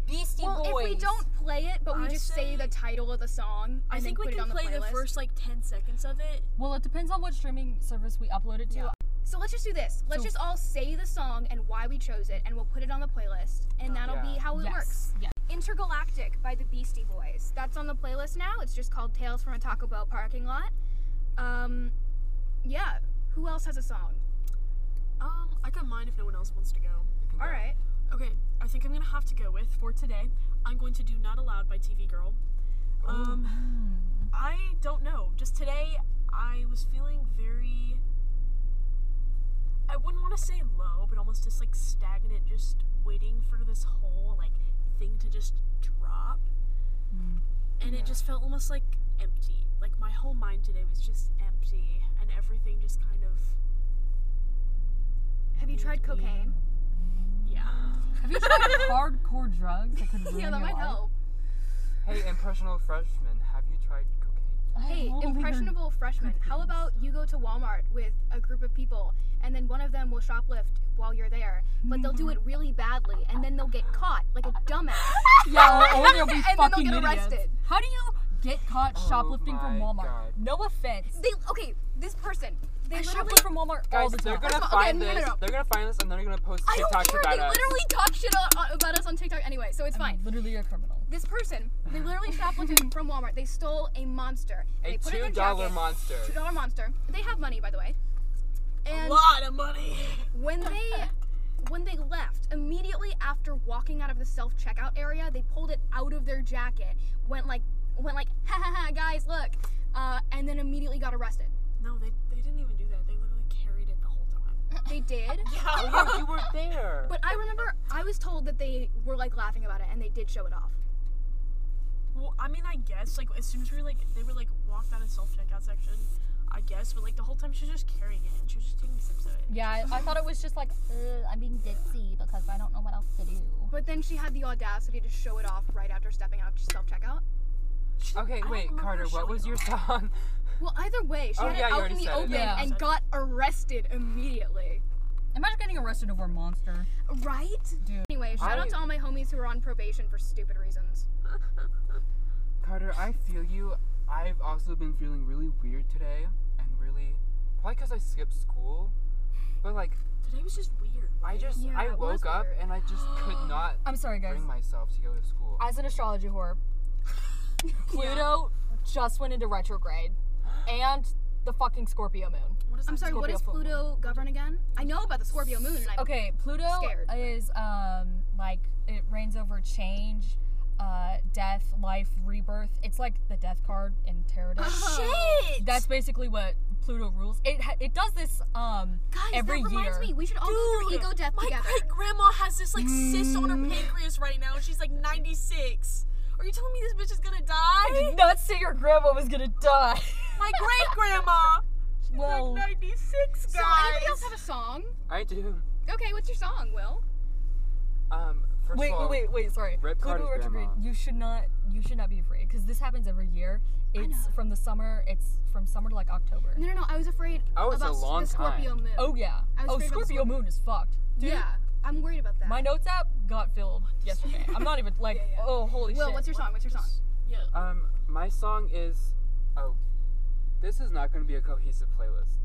[SPEAKER 2] Beastie
[SPEAKER 3] Well,
[SPEAKER 2] Boys.
[SPEAKER 3] if we don't play it, but we
[SPEAKER 1] I
[SPEAKER 3] just say,
[SPEAKER 1] say-
[SPEAKER 3] the title of the song, and
[SPEAKER 1] I think
[SPEAKER 3] then
[SPEAKER 1] we
[SPEAKER 3] put
[SPEAKER 1] can
[SPEAKER 3] it on
[SPEAKER 1] play
[SPEAKER 3] the,
[SPEAKER 1] the,
[SPEAKER 3] playlist.
[SPEAKER 1] first like 10 seconds of it.
[SPEAKER 2] Well, it depends on what streaming service we upload it to.
[SPEAKER 3] Yeah. So let's just do this. Let's
[SPEAKER 2] So-
[SPEAKER 3] just all say the song and why we chose it, and we'll put it on the playlist,
[SPEAKER 1] Oh,
[SPEAKER 3] and that'll
[SPEAKER 4] yeah.
[SPEAKER 3] be how it
[SPEAKER 2] yes.
[SPEAKER 3] works.
[SPEAKER 2] Yes.
[SPEAKER 3] Intergalactic by the Beastie Boys. That's on the playlist now. It's just called Tales from a Taco Bell Parking Lot. Um, yeah. Who else has a song?
[SPEAKER 1] Um, I got mine if no one else wants to go.
[SPEAKER 4] We can
[SPEAKER 3] All
[SPEAKER 4] go.
[SPEAKER 3] right.
[SPEAKER 1] Okay, I think I'm gonna have to go with for today. I'm going to do Not Allowed by TV Girl. Um,
[SPEAKER 2] Hmm.
[SPEAKER 1] I don't know. Just today, I was feeling very. I wouldn't want to say low, but almost just like stagnant, just waiting for this whole like thing to just drop. And it just felt almost like empty. Like my whole mind today was just empty, and everything just kind of
[SPEAKER 3] Have you tried cocaine?
[SPEAKER 1] yeah.
[SPEAKER 2] Have you tried hardcore drugs that could ruin
[SPEAKER 3] Yeah, that
[SPEAKER 2] your
[SPEAKER 3] might
[SPEAKER 2] life?
[SPEAKER 3] help.
[SPEAKER 4] Hey, impressionable freshman, have you tried cocaine?
[SPEAKER 2] I've
[SPEAKER 3] Hey,
[SPEAKER 2] only heard-
[SPEAKER 3] impressionable freshmen, how about you go to Walmart with a group of people and then one of them will shoplift while you're there, but they'll do it really badly and then they'll get caught like a dumbass.
[SPEAKER 2] Yeah, or they'll be
[SPEAKER 3] And then they'll
[SPEAKER 2] fucking
[SPEAKER 3] get
[SPEAKER 2] idiots.
[SPEAKER 3] arrested.
[SPEAKER 2] How do you get caught
[SPEAKER 4] Oh
[SPEAKER 2] shoplifting from
[SPEAKER 4] my
[SPEAKER 2] Walmart?
[SPEAKER 4] God.
[SPEAKER 2] No offense.
[SPEAKER 3] They okay, this person. They
[SPEAKER 2] I
[SPEAKER 3] literally
[SPEAKER 2] shoplift from Walmart all
[SPEAKER 4] Guys,
[SPEAKER 2] the
[SPEAKER 4] they're
[SPEAKER 2] time.
[SPEAKER 4] gonna
[SPEAKER 3] Okay,
[SPEAKER 4] find
[SPEAKER 3] no, no,
[SPEAKER 4] this.
[SPEAKER 3] no.
[SPEAKER 4] They're gonna find this, and they're gonna post
[SPEAKER 3] I don't
[SPEAKER 4] TikToks
[SPEAKER 3] care.
[SPEAKER 4] about
[SPEAKER 3] They
[SPEAKER 4] us.
[SPEAKER 3] literally talk shit on, on- about us on TikTok anyway, so it's fine.
[SPEAKER 2] Literally a criminal.
[SPEAKER 3] This person, they literally shoplifted from Walmart. They stole a monster.
[SPEAKER 4] A
[SPEAKER 3] they put it in their
[SPEAKER 4] two dollar
[SPEAKER 3] jacket.
[SPEAKER 4] monster.
[SPEAKER 3] Two dollar monster. They have money, by the way.
[SPEAKER 1] A
[SPEAKER 3] And
[SPEAKER 1] lot of money.
[SPEAKER 3] when they when they left immediately after walking out of the self checkout area they pulled it out of their jacket went like went like ha ha ha guys look uh, and then immediately got arrested
[SPEAKER 1] No, they, they didn't even do that. They literally carried it the whole time.
[SPEAKER 3] they did
[SPEAKER 4] Oh, yeah, you were there.
[SPEAKER 3] but i remember i was told that they were like laughing about it and they did show it off
[SPEAKER 1] Well, I mean, I guess like as soon as we were, like they were like walked out of self checkout section, I guess. But like the whole time she was just carrying it and she was just taking sips of it.
[SPEAKER 2] Yeah, I, I thought it was just like, "Ugh, I'm being ditzy because I don't know what else to do.
[SPEAKER 3] but then she had the audacity to show it off right after stepping out of self checkout
[SPEAKER 1] She- I
[SPEAKER 4] Okay,
[SPEAKER 1] don't
[SPEAKER 4] wait,
[SPEAKER 1] remember
[SPEAKER 4] Carter,
[SPEAKER 1] her
[SPEAKER 4] what was
[SPEAKER 1] showing
[SPEAKER 4] your
[SPEAKER 1] up.
[SPEAKER 4] song?
[SPEAKER 3] Well, either way, she
[SPEAKER 4] Oh,
[SPEAKER 3] had
[SPEAKER 4] yeah,
[SPEAKER 3] it
[SPEAKER 4] you
[SPEAKER 3] out
[SPEAKER 4] already
[SPEAKER 3] in the
[SPEAKER 4] said it.
[SPEAKER 3] open
[SPEAKER 2] Yeah.
[SPEAKER 3] and got arrested immediately.
[SPEAKER 2] Imagine getting arrested over a monster.
[SPEAKER 3] Right?
[SPEAKER 2] Dude.
[SPEAKER 3] Anyway, shout
[SPEAKER 4] I-
[SPEAKER 3] out to all my homies who are on probation for stupid reasons.
[SPEAKER 4] Carter, I feel you. I've also been feeling really weird today and really probably because I skipped school. But like
[SPEAKER 1] Today was just weird.
[SPEAKER 4] I just
[SPEAKER 3] Yeah,
[SPEAKER 4] I
[SPEAKER 3] it was
[SPEAKER 4] woke up
[SPEAKER 3] weird.
[SPEAKER 4] and I just could not
[SPEAKER 2] I'm sorry, guys.
[SPEAKER 4] bring myself to go to school.
[SPEAKER 5] As an astrology whore, Pluto just went into retrograde, and the fucking Scorpio moon.
[SPEAKER 1] What is
[SPEAKER 3] I'm
[SPEAKER 1] that?
[SPEAKER 3] sorry, what
[SPEAKER 5] Scorpio
[SPEAKER 3] does
[SPEAKER 5] full moon.
[SPEAKER 3] Pluto govern again? I know about the Scorpio moon and I'm
[SPEAKER 2] Okay, Pluto
[SPEAKER 3] Scared, but-
[SPEAKER 2] is um like it reigns over change, uh, death, life, rebirth. It's like the death card in tarot. deck.
[SPEAKER 1] Shit!
[SPEAKER 2] That's basically what Pluto rules. It ha- it does this um
[SPEAKER 3] Guys,
[SPEAKER 2] every
[SPEAKER 3] that reminds
[SPEAKER 2] year.
[SPEAKER 3] me, we should all go through
[SPEAKER 1] Dude,
[SPEAKER 3] ego death
[SPEAKER 1] My
[SPEAKER 3] together.
[SPEAKER 1] great grandma has this like cyst on
[SPEAKER 3] Mm.
[SPEAKER 1] her pancreas right now, and she's like 96. Are you telling me this bitch is gonna die?
[SPEAKER 2] not say your grandma was gonna die.
[SPEAKER 1] My great grandma.
[SPEAKER 2] well,
[SPEAKER 1] like 96, guys.
[SPEAKER 3] So, anybody else have a song?
[SPEAKER 4] I do.
[SPEAKER 3] Okay, what's your song, Will?
[SPEAKER 4] Um first
[SPEAKER 2] wait,
[SPEAKER 4] of all,
[SPEAKER 2] wait, wait, wait. Sorry.
[SPEAKER 4] Rip
[SPEAKER 2] Pluto
[SPEAKER 4] Carter's
[SPEAKER 2] retrograde.
[SPEAKER 4] grandma.
[SPEAKER 2] You should not. You should not be afraid because this happens every year. It's
[SPEAKER 3] know.
[SPEAKER 2] from the summer. It's from summer to like October.
[SPEAKER 3] No, no, no, I was afraid
[SPEAKER 4] Oh, it's a
[SPEAKER 3] about s-
[SPEAKER 4] long
[SPEAKER 3] the Scorpio
[SPEAKER 4] time.
[SPEAKER 3] moon.
[SPEAKER 2] Oh yeah.
[SPEAKER 3] I was afraid
[SPEAKER 2] Oh,
[SPEAKER 3] about the
[SPEAKER 2] Scorpio moon is fucked. Dude,
[SPEAKER 3] yeah. I'm worried about that.
[SPEAKER 2] My notes app got filled yesterday. I'm not even like,
[SPEAKER 1] Yeah, yeah.
[SPEAKER 2] oh holy
[SPEAKER 3] Will,
[SPEAKER 2] shit.
[SPEAKER 3] what's your song? What's your song?
[SPEAKER 1] Yeah.
[SPEAKER 4] Um my song is oh this is not gonna be a cohesive playlist.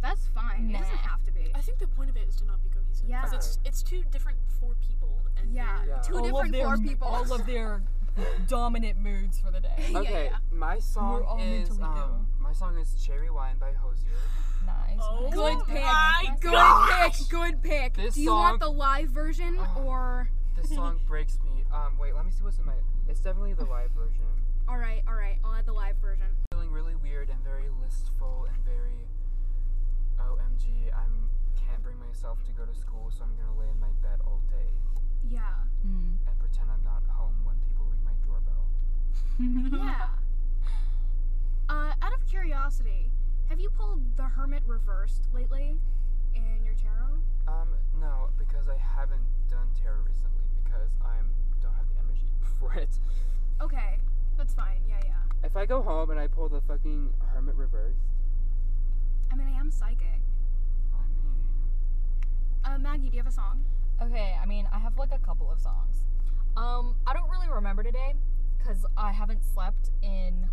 [SPEAKER 3] That's fine. It
[SPEAKER 2] Nah.
[SPEAKER 3] doesn't have to be.
[SPEAKER 1] I think the point of it is to not be cohesive. 'cause
[SPEAKER 3] Yeah.
[SPEAKER 1] It's, it's two different for people. And
[SPEAKER 3] Yeah.
[SPEAKER 1] they're-
[SPEAKER 4] Yeah.
[SPEAKER 3] Two
[SPEAKER 2] all
[SPEAKER 3] different
[SPEAKER 2] of their,
[SPEAKER 3] four people.
[SPEAKER 2] All of their dominant moods for the day.
[SPEAKER 3] Yeah,
[SPEAKER 4] Okay,
[SPEAKER 3] yeah.
[SPEAKER 4] my song
[SPEAKER 2] all
[SPEAKER 4] is
[SPEAKER 2] mentally
[SPEAKER 4] um my song is Cherry Wine by Hosier.
[SPEAKER 2] Nice.
[SPEAKER 1] Oh
[SPEAKER 2] nice.
[SPEAKER 1] Good pick. my
[SPEAKER 2] Nice.
[SPEAKER 3] Good
[SPEAKER 1] God.
[SPEAKER 3] pick. Good pick.
[SPEAKER 4] This
[SPEAKER 3] Do you want the
[SPEAKER 4] song-
[SPEAKER 3] live version
[SPEAKER 4] Oh.
[SPEAKER 3] or?
[SPEAKER 4] This song breaks me. Um wait, let me see what's in my it's definitely the live version.
[SPEAKER 3] All right, all right. I'll add the live version.
[SPEAKER 4] feeling really weird and very listful and very OMG, I'm can't bring myself to go to school, so I'm gonna lay in my bed all day
[SPEAKER 3] Yeah.
[SPEAKER 2] Mm.
[SPEAKER 4] and pretend I'm not home when people ring my doorbell.
[SPEAKER 3] Yeah. Uh, out of curiosity, have you pulled the Hermit reversed lately in your tarot?
[SPEAKER 4] Um, no, because I haven't done tarot recently because I'm don't have the energy for it.
[SPEAKER 3] Okay, that's fine. Yeah, yeah.
[SPEAKER 4] If I go home and I pull the fucking hermit reversed,
[SPEAKER 3] I mean, I am psychic.
[SPEAKER 4] I mean,
[SPEAKER 3] Uh, Maggie, do you have a song?
[SPEAKER 2] Okay, I mean, I have like a couple of songs. Um, I don't really remember today because I haven't slept in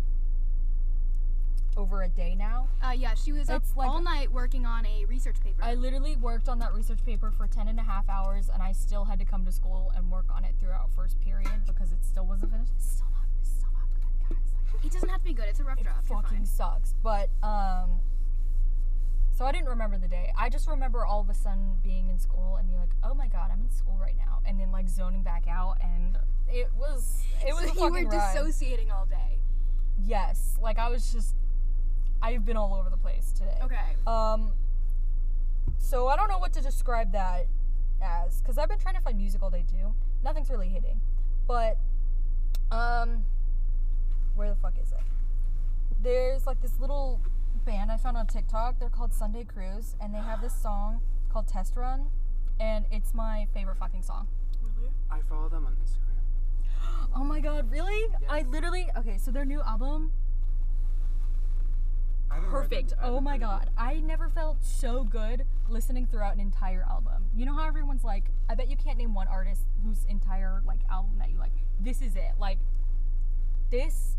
[SPEAKER 2] over a day now.
[SPEAKER 3] Uh, yeah, she was up
[SPEAKER 2] It's like-
[SPEAKER 3] all night working on a research paper.
[SPEAKER 2] I literally worked on that research paper for 10 and a half hours and I still had to come to school and work on it throughout first period because it still wasn't finished. It's still not, it's still not good, guys. Like,
[SPEAKER 3] it doesn't have to be good. It's a rough
[SPEAKER 2] it
[SPEAKER 3] draft. You're
[SPEAKER 2] fucking
[SPEAKER 3] fine.
[SPEAKER 2] sucks. But um, so I didn't remember the day. I just remember all of a sudden being in school and being like, "Oh my god, I'm in school right now," and then like zoning back out, and it was it was
[SPEAKER 3] so
[SPEAKER 2] a
[SPEAKER 3] you were
[SPEAKER 2] fucking ride.
[SPEAKER 3] dissociating all day.
[SPEAKER 2] yes, like I was just I've been all over the place today.
[SPEAKER 3] Okay.
[SPEAKER 2] Um, so I don't know what to describe that as because I've been trying to find music all day too. Nothing's really hitting, but um, where the fuck is it? There's like this little band I found on TikTok. They're called Sunday Cruise, and they have this song called Test Run, and it's my favorite fucking song.
[SPEAKER 1] Really?
[SPEAKER 4] I follow them on Instagram.
[SPEAKER 2] Oh my god, really? I literally okay. So their new album
[SPEAKER 4] I haven't read them-
[SPEAKER 2] perfect.
[SPEAKER 4] I
[SPEAKER 2] Oh
[SPEAKER 4] haven't
[SPEAKER 2] my
[SPEAKER 4] read them
[SPEAKER 2] god.
[SPEAKER 4] yet.
[SPEAKER 2] I never felt so good listening throughout an entire album. You know how everyone's like, I bet you can't name one artist whose entire like album that you like. This is it. Like this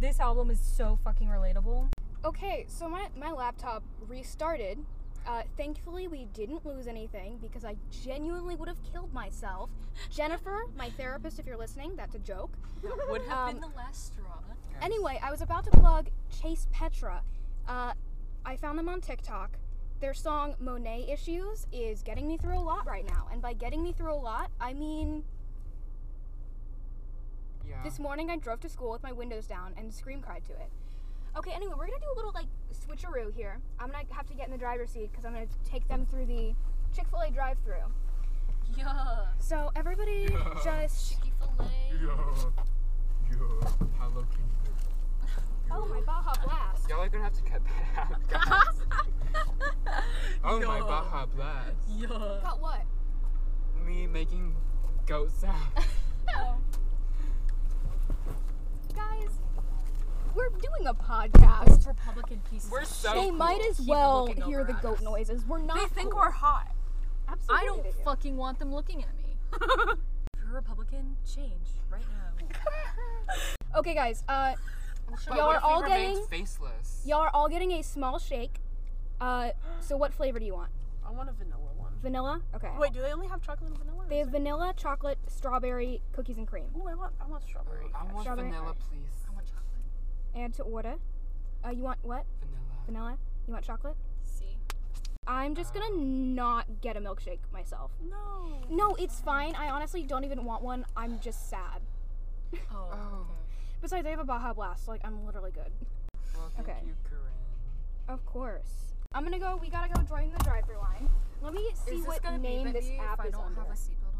[SPEAKER 2] this album is so fucking relatable.
[SPEAKER 3] Okay, so my, my laptop restarted. Uh, thankfully, we didn't lose anything because I genuinely would have killed myself. Jennifer, my therapist, if you're listening, that's a joke.
[SPEAKER 2] Would have
[SPEAKER 3] Um,
[SPEAKER 2] been the last straw.
[SPEAKER 3] Anyway, I was about to plug Chase Petra. Uh, I found them on TikTok. Their song Monet Issues is getting me through a lot right now. And by getting me through a lot, I mean
[SPEAKER 4] Yeah.
[SPEAKER 3] This morning I drove to school with my windows down and scream cried to it. Okay, anyway, we're gonna do a little like switcheroo here. I'm gonna have to get in the driver's seat because I'm gonna take them through the Chick fil A drive through.
[SPEAKER 2] Yeah.
[SPEAKER 3] So, everybody just.
[SPEAKER 4] Hello, Kingsbury.
[SPEAKER 3] Oh, my Baja Blast.
[SPEAKER 4] Y'all are gonna have to cut that out. guys. oh my Baja Blast.
[SPEAKER 2] Yeah.
[SPEAKER 3] Got what?
[SPEAKER 4] Me making goat sound.
[SPEAKER 3] Guys, guys, we're doing a podcast.
[SPEAKER 2] Republican pieces.
[SPEAKER 4] We're so
[SPEAKER 3] they
[SPEAKER 4] cool.
[SPEAKER 3] might as
[SPEAKER 2] Keep
[SPEAKER 3] well
[SPEAKER 2] looking
[SPEAKER 3] hear
[SPEAKER 2] over
[SPEAKER 3] the
[SPEAKER 2] at
[SPEAKER 3] goat
[SPEAKER 2] us.
[SPEAKER 3] noises. We're not.
[SPEAKER 1] They think
[SPEAKER 3] cool.
[SPEAKER 1] we're hot.
[SPEAKER 3] Absolutely.
[SPEAKER 2] I don't
[SPEAKER 3] they do.
[SPEAKER 2] fucking want them looking at me. if you're a Republican, change right now.
[SPEAKER 3] Okay, guys. Uh,
[SPEAKER 4] But
[SPEAKER 3] y'all are
[SPEAKER 4] what if we
[SPEAKER 3] all
[SPEAKER 4] remained
[SPEAKER 3] getting-
[SPEAKER 4] faceless.
[SPEAKER 3] y'all are all getting a small shake. Uh, so what flavor do you want?
[SPEAKER 6] I want a vanilla one.
[SPEAKER 3] Vanilla. Okay.
[SPEAKER 6] Wait, do they only have chocolate and vanilla?
[SPEAKER 3] They have vanilla, chocolate, strawberry, cookies and cream.
[SPEAKER 6] Ooh, I want, I want strawberry.
[SPEAKER 4] I want
[SPEAKER 3] Strawberry
[SPEAKER 4] vanilla, please. I want
[SPEAKER 3] And to order, uh, you want what?
[SPEAKER 4] vanilla.
[SPEAKER 3] Vanilla. You want chocolate?
[SPEAKER 2] See.
[SPEAKER 3] I'm just gonna not get a milkshake myself.
[SPEAKER 6] No.
[SPEAKER 3] No, it's fine. I honestly don't even want one. I'm just sad.
[SPEAKER 2] Oh.
[SPEAKER 4] Oh,
[SPEAKER 3] Besides, I have a Baja Blast. Like, I'm literally good.
[SPEAKER 4] well, thank
[SPEAKER 3] Okay.
[SPEAKER 4] you, Corinne.
[SPEAKER 3] Of course. I'm gonna go. We gotta go join the drive-through line. Let me see what name this app
[SPEAKER 2] if
[SPEAKER 3] is
[SPEAKER 2] I don't
[SPEAKER 3] under.
[SPEAKER 2] have a seatbelt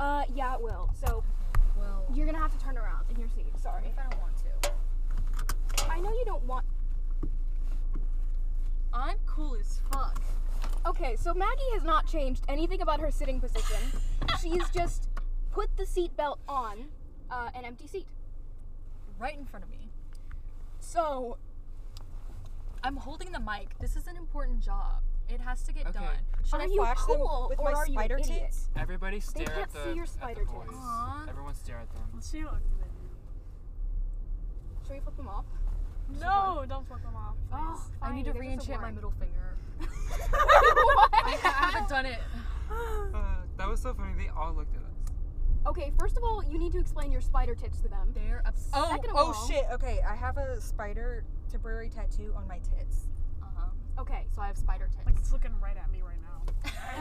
[SPEAKER 2] on?
[SPEAKER 3] Uh, yeah, it will. So
[SPEAKER 2] Well,
[SPEAKER 3] you're gonna have to turn around in your seat. Sorry.
[SPEAKER 2] if I don't want to.
[SPEAKER 3] I know you don't want.
[SPEAKER 2] I'm cool as fuck.
[SPEAKER 3] Okay, so Maggie has not changed anything about her sitting position. She's just put the seatbelt on uh, an empty seat.
[SPEAKER 2] Right in front of me.
[SPEAKER 3] So
[SPEAKER 2] I'm holding the mic. This is an important job. It has to get
[SPEAKER 4] Okay.
[SPEAKER 2] done.
[SPEAKER 3] are you cool
[SPEAKER 5] with
[SPEAKER 3] or
[SPEAKER 5] my
[SPEAKER 3] are you an
[SPEAKER 5] spider
[SPEAKER 3] idiot?
[SPEAKER 5] tits?
[SPEAKER 4] Everybody stare
[SPEAKER 3] can't
[SPEAKER 4] at the
[SPEAKER 3] see your
[SPEAKER 4] at the
[SPEAKER 3] spider
[SPEAKER 4] boys.
[SPEAKER 3] tits.
[SPEAKER 2] Aw.
[SPEAKER 4] Everyone stare at them.
[SPEAKER 1] Let's see how ugly they
[SPEAKER 3] Should we flip them off?
[SPEAKER 1] do. No, don't flip them off.
[SPEAKER 3] Oh,
[SPEAKER 2] I need to re-enchant my middle finger. I haven't done it.
[SPEAKER 4] Uh, that was so funny. They all looked at us.
[SPEAKER 3] Okay, first of all, you need to explain your spider tits to them.
[SPEAKER 2] They're upset.
[SPEAKER 5] Oh,
[SPEAKER 3] Second of
[SPEAKER 5] oh
[SPEAKER 3] all-
[SPEAKER 5] shit. Okay, I have a spider temporary tattoo on my tits.
[SPEAKER 2] Uh-huh.
[SPEAKER 3] Okay.
[SPEAKER 2] So I have spider
[SPEAKER 1] Like
[SPEAKER 2] tits.
[SPEAKER 1] it's looking right at me right now.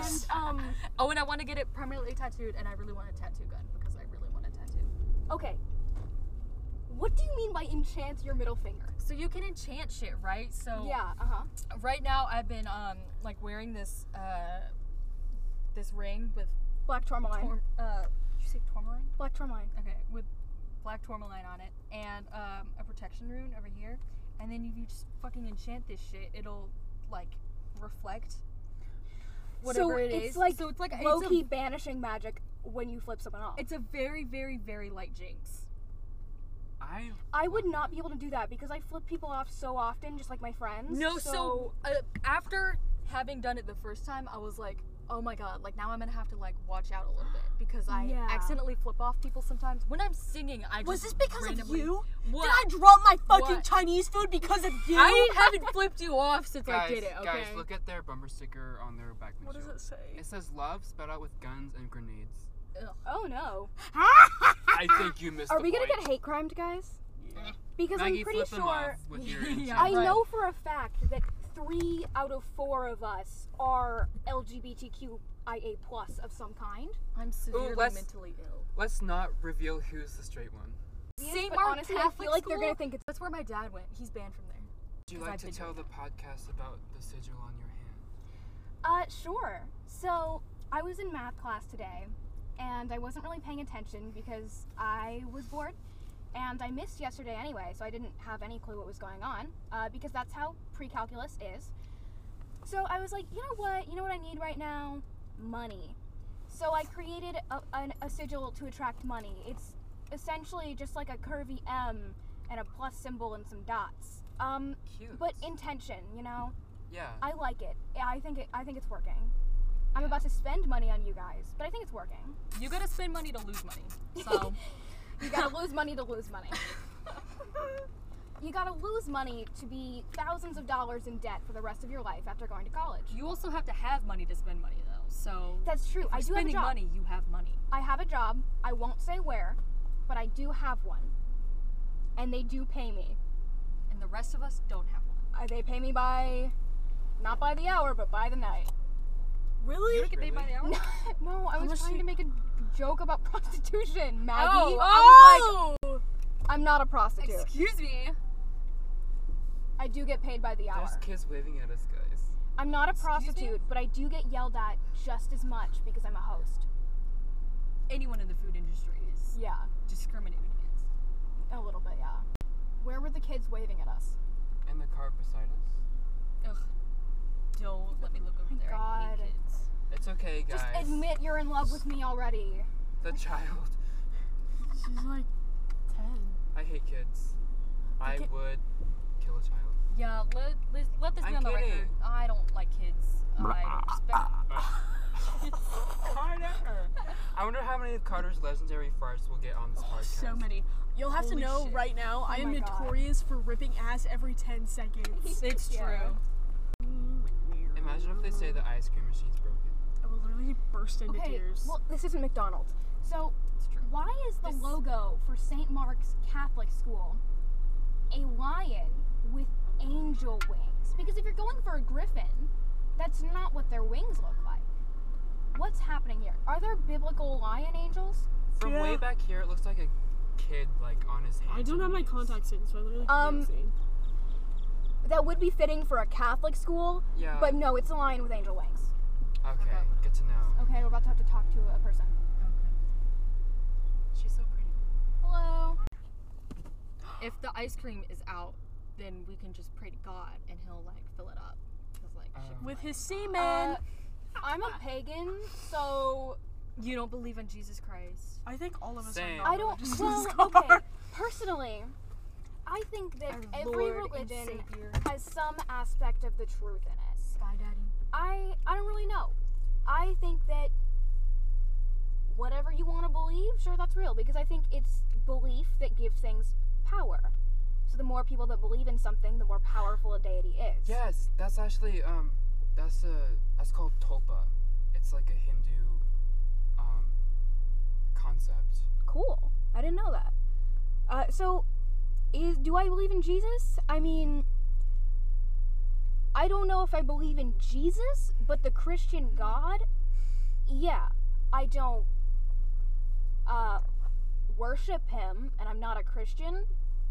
[SPEAKER 3] And um,
[SPEAKER 2] Oh, and I want to get it permanently tattooed, and I really want a tattoo gun because I really want a tattoo.
[SPEAKER 3] okay. What do you mean by enchant your middle finger?
[SPEAKER 2] So you can enchant shit, right? So
[SPEAKER 3] Yeah, uh huh.
[SPEAKER 2] right now I've been um like wearing this uh this ring with
[SPEAKER 3] Black tourmaline.
[SPEAKER 2] tor- uh did you say tourmaline?
[SPEAKER 3] Black tourmaline.
[SPEAKER 2] Okay, with black tourmaline on it and um a protection rune over here. And then if you just fucking enchant this shit, it'll like reflect whatever it
[SPEAKER 3] it's
[SPEAKER 2] is.
[SPEAKER 3] Like
[SPEAKER 2] so it's like it's
[SPEAKER 3] low
[SPEAKER 2] a-
[SPEAKER 3] key banishing magic when you flip someone off.
[SPEAKER 2] it's a very, very, very light jinx.
[SPEAKER 4] I
[SPEAKER 3] I would not be able to do that because I flip people off so often, just like my friends.
[SPEAKER 2] No, so, uh, after having done it the first time, I was like, oh my god, like now I'm gonna have to like watch out a little bit because I
[SPEAKER 3] Yeah.
[SPEAKER 2] accidentally flip off people sometimes. When I'm singing, I
[SPEAKER 1] Was this
[SPEAKER 2] just
[SPEAKER 1] because of
[SPEAKER 2] randomly-
[SPEAKER 1] you?
[SPEAKER 2] What?
[SPEAKER 1] Did I drop my fucking
[SPEAKER 2] What?
[SPEAKER 1] Chinese food because of you?
[SPEAKER 2] I haven't flipped you off since
[SPEAKER 4] guys,
[SPEAKER 2] I did it. Okay.
[SPEAKER 4] guys, look at their bumper sticker on their back
[SPEAKER 1] What
[SPEAKER 4] windshield.
[SPEAKER 1] does it say?
[SPEAKER 4] It says "Love" spelled out with guns and grenades.
[SPEAKER 3] Oh no.
[SPEAKER 4] I think you missed.
[SPEAKER 3] Are
[SPEAKER 4] the
[SPEAKER 3] we gonna
[SPEAKER 4] point.
[SPEAKER 3] get hate crimed, guys?
[SPEAKER 4] Yeah.
[SPEAKER 3] Because
[SPEAKER 4] Maggie,
[SPEAKER 3] I'm pretty
[SPEAKER 4] flip them
[SPEAKER 3] sure.
[SPEAKER 4] off with your
[SPEAKER 2] Yeah.
[SPEAKER 4] enchant.
[SPEAKER 3] I
[SPEAKER 2] Right.
[SPEAKER 3] know for a fact that three out of four of us are LGBTQIA plus of some kind.
[SPEAKER 2] I'm severely
[SPEAKER 4] let's-
[SPEAKER 2] mentally ill.
[SPEAKER 4] Let's not reveal who's the straight one.
[SPEAKER 2] St.
[SPEAKER 3] but
[SPEAKER 2] Mark
[SPEAKER 3] honestly, I
[SPEAKER 2] Catholic
[SPEAKER 3] feel like they're
[SPEAKER 2] School?
[SPEAKER 3] gonna think it's.
[SPEAKER 2] That's where my dad went. He's banned from there.
[SPEAKER 4] Would you
[SPEAKER 2] 'Cause
[SPEAKER 4] like
[SPEAKER 2] I've
[SPEAKER 4] to
[SPEAKER 2] been
[SPEAKER 4] tell the podcast about the sigil on your hand?
[SPEAKER 3] Uh, sure. So I was in math class today, and I wasn't really paying attention because I was bored, and I missed yesterday anyway, so I didn't have any clue what was going on. Uh, because that's how pre-calculus is. So I was like, you know what? You know what I need right now? Money. So I created a, an, a sigil to attract money. It's essentially just like a curvy M and a plus symbol and some dots. Um,
[SPEAKER 4] Cute.
[SPEAKER 3] but intention, you know.
[SPEAKER 4] yeah.
[SPEAKER 3] I like it. Yeah, I think it, I think it's working. I'm about to spend money on you guys, but I think it's working.
[SPEAKER 2] You gotta spend money to lose money. So
[SPEAKER 3] You gotta lose money to lose money. you gotta lose money to be thousands of dollars in debt for the rest of your life after going to college.
[SPEAKER 2] you also have to have money to spend money though. So
[SPEAKER 3] That's true.
[SPEAKER 2] if
[SPEAKER 3] I do have
[SPEAKER 2] you're
[SPEAKER 3] a
[SPEAKER 2] spending
[SPEAKER 3] job.
[SPEAKER 2] money, you have money.
[SPEAKER 3] I have a job. I won't say where, but I do have one, and they do pay me.
[SPEAKER 2] And the rest of us don't have one.
[SPEAKER 3] Uh, they pay me by, not by the hour, but by the night.
[SPEAKER 1] Really?
[SPEAKER 2] You don't get paid by the hour?
[SPEAKER 3] no, I was
[SPEAKER 2] Unless
[SPEAKER 3] trying
[SPEAKER 2] you-
[SPEAKER 3] to make a joke about prostitution, Maggie.
[SPEAKER 2] Oh,
[SPEAKER 3] I was like, I'm not a prostitute.
[SPEAKER 2] Excuse me.
[SPEAKER 3] I do get paid by the hour.
[SPEAKER 4] There's kids waving at us, guys.
[SPEAKER 3] I'm not a
[SPEAKER 2] Excuse me?
[SPEAKER 3] prostitute, but I do get yelled at just as much because I'm a host.
[SPEAKER 2] Anyone in the food industry is
[SPEAKER 3] Yeah,
[SPEAKER 2] discriminated against.
[SPEAKER 3] a little bit, yeah. Where were the kids waving at us?
[SPEAKER 4] And the car beside us.
[SPEAKER 2] Ugh. Don't let me look over there. I hate
[SPEAKER 3] God.
[SPEAKER 2] kids.
[SPEAKER 4] It's okay, guys.
[SPEAKER 3] Just admit you're in love with me already.
[SPEAKER 4] the child.
[SPEAKER 1] She's like ten.
[SPEAKER 4] I I hate kids. I
[SPEAKER 1] kid-
[SPEAKER 4] would kill a child.
[SPEAKER 2] Yeah, let, let, let this be
[SPEAKER 4] I'm
[SPEAKER 2] on the
[SPEAKER 4] kidding.
[SPEAKER 2] record. I don't like kids. I respect.
[SPEAKER 4] Carter. I wonder how many of Carter's legendary farts we'll get on this
[SPEAKER 3] Oh,
[SPEAKER 4] podcast.
[SPEAKER 1] So many. You'll have
[SPEAKER 2] Holy
[SPEAKER 1] to know
[SPEAKER 2] shit.
[SPEAKER 1] right now, I am notorious for ripping ass every 10 seconds.
[SPEAKER 2] It's true.
[SPEAKER 4] Imagine if they say the ice cream machine's broken.
[SPEAKER 1] I will literally burst into
[SPEAKER 3] Okay,
[SPEAKER 1] tears.
[SPEAKER 3] well, this isn't McDonald's. So, why is the logo for St. Mark's Catholic School a lion with angel wings? Because if you're going for a griffin, that's not what their wings look like. What's happening here? Are there biblical lion angels?
[SPEAKER 4] From way back here, it looks like a kid like on his hands.
[SPEAKER 1] I don't
[SPEAKER 4] and
[SPEAKER 1] have my
[SPEAKER 4] knees.
[SPEAKER 1] contacts in, so I literally can't
[SPEAKER 3] Um,
[SPEAKER 1] see.
[SPEAKER 3] That would be fitting for a Catholic school,
[SPEAKER 4] Yeah.
[SPEAKER 3] but no, it's a lion with angel wings.
[SPEAKER 4] okay, good to know.
[SPEAKER 3] Okay, we're about to have to talk to a person.
[SPEAKER 4] She's so pretty.
[SPEAKER 3] Hello.
[SPEAKER 2] If the ice cream is out, then we can just pray to God and he'll like fill it up. 'Cause, like, shit-
[SPEAKER 4] Um,
[SPEAKER 1] With his semen.
[SPEAKER 2] Uh,
[SPEAKER 3] I'm a pagan.
[SPEAKER 2] so you don't believe in Jesus Christ.
[SPEAKER 1] I think all of us
[SPEAKER 4] Same.
[SPEAKER 1] are.
[SPEAKER 3] I don't.
[SPEAKER 1] religious in
[SPEAKER 3] Well,
[SPEAKER 1] this
[SPEAKER 3] okay.
[SPEAKER 1] car.
[SPEAKER 3] Personally, I think that
[SPEAKER 2] Our
[SPEAKER 3] every
[SPEAKER 2] Lord and
[SPEAKER 3] religion
[SPEAKER 2] Savior.
[SPEAKER 3] has some aspect of the truth in it.
[SPEAKER 2] Sky Daddy.
[SPEAKER 3] I I don't really know. I think that whatever you want to believe, sure, that's real because I think it's belief that gives things power. So the more people that believe in something, the more powerful a deity is.
[SPEAKER 4] Yes, that's actually um, that's a that's called Topa. It's like a Hindu um concept.
[SPEAKER 3] Cool. I didn't know that. Uh, so, is do I believe in Jesus? I mean, I don't know if I believe in Jesus, but the Christian God, yeah, I don't uh, worship him, and I'm not a Christian,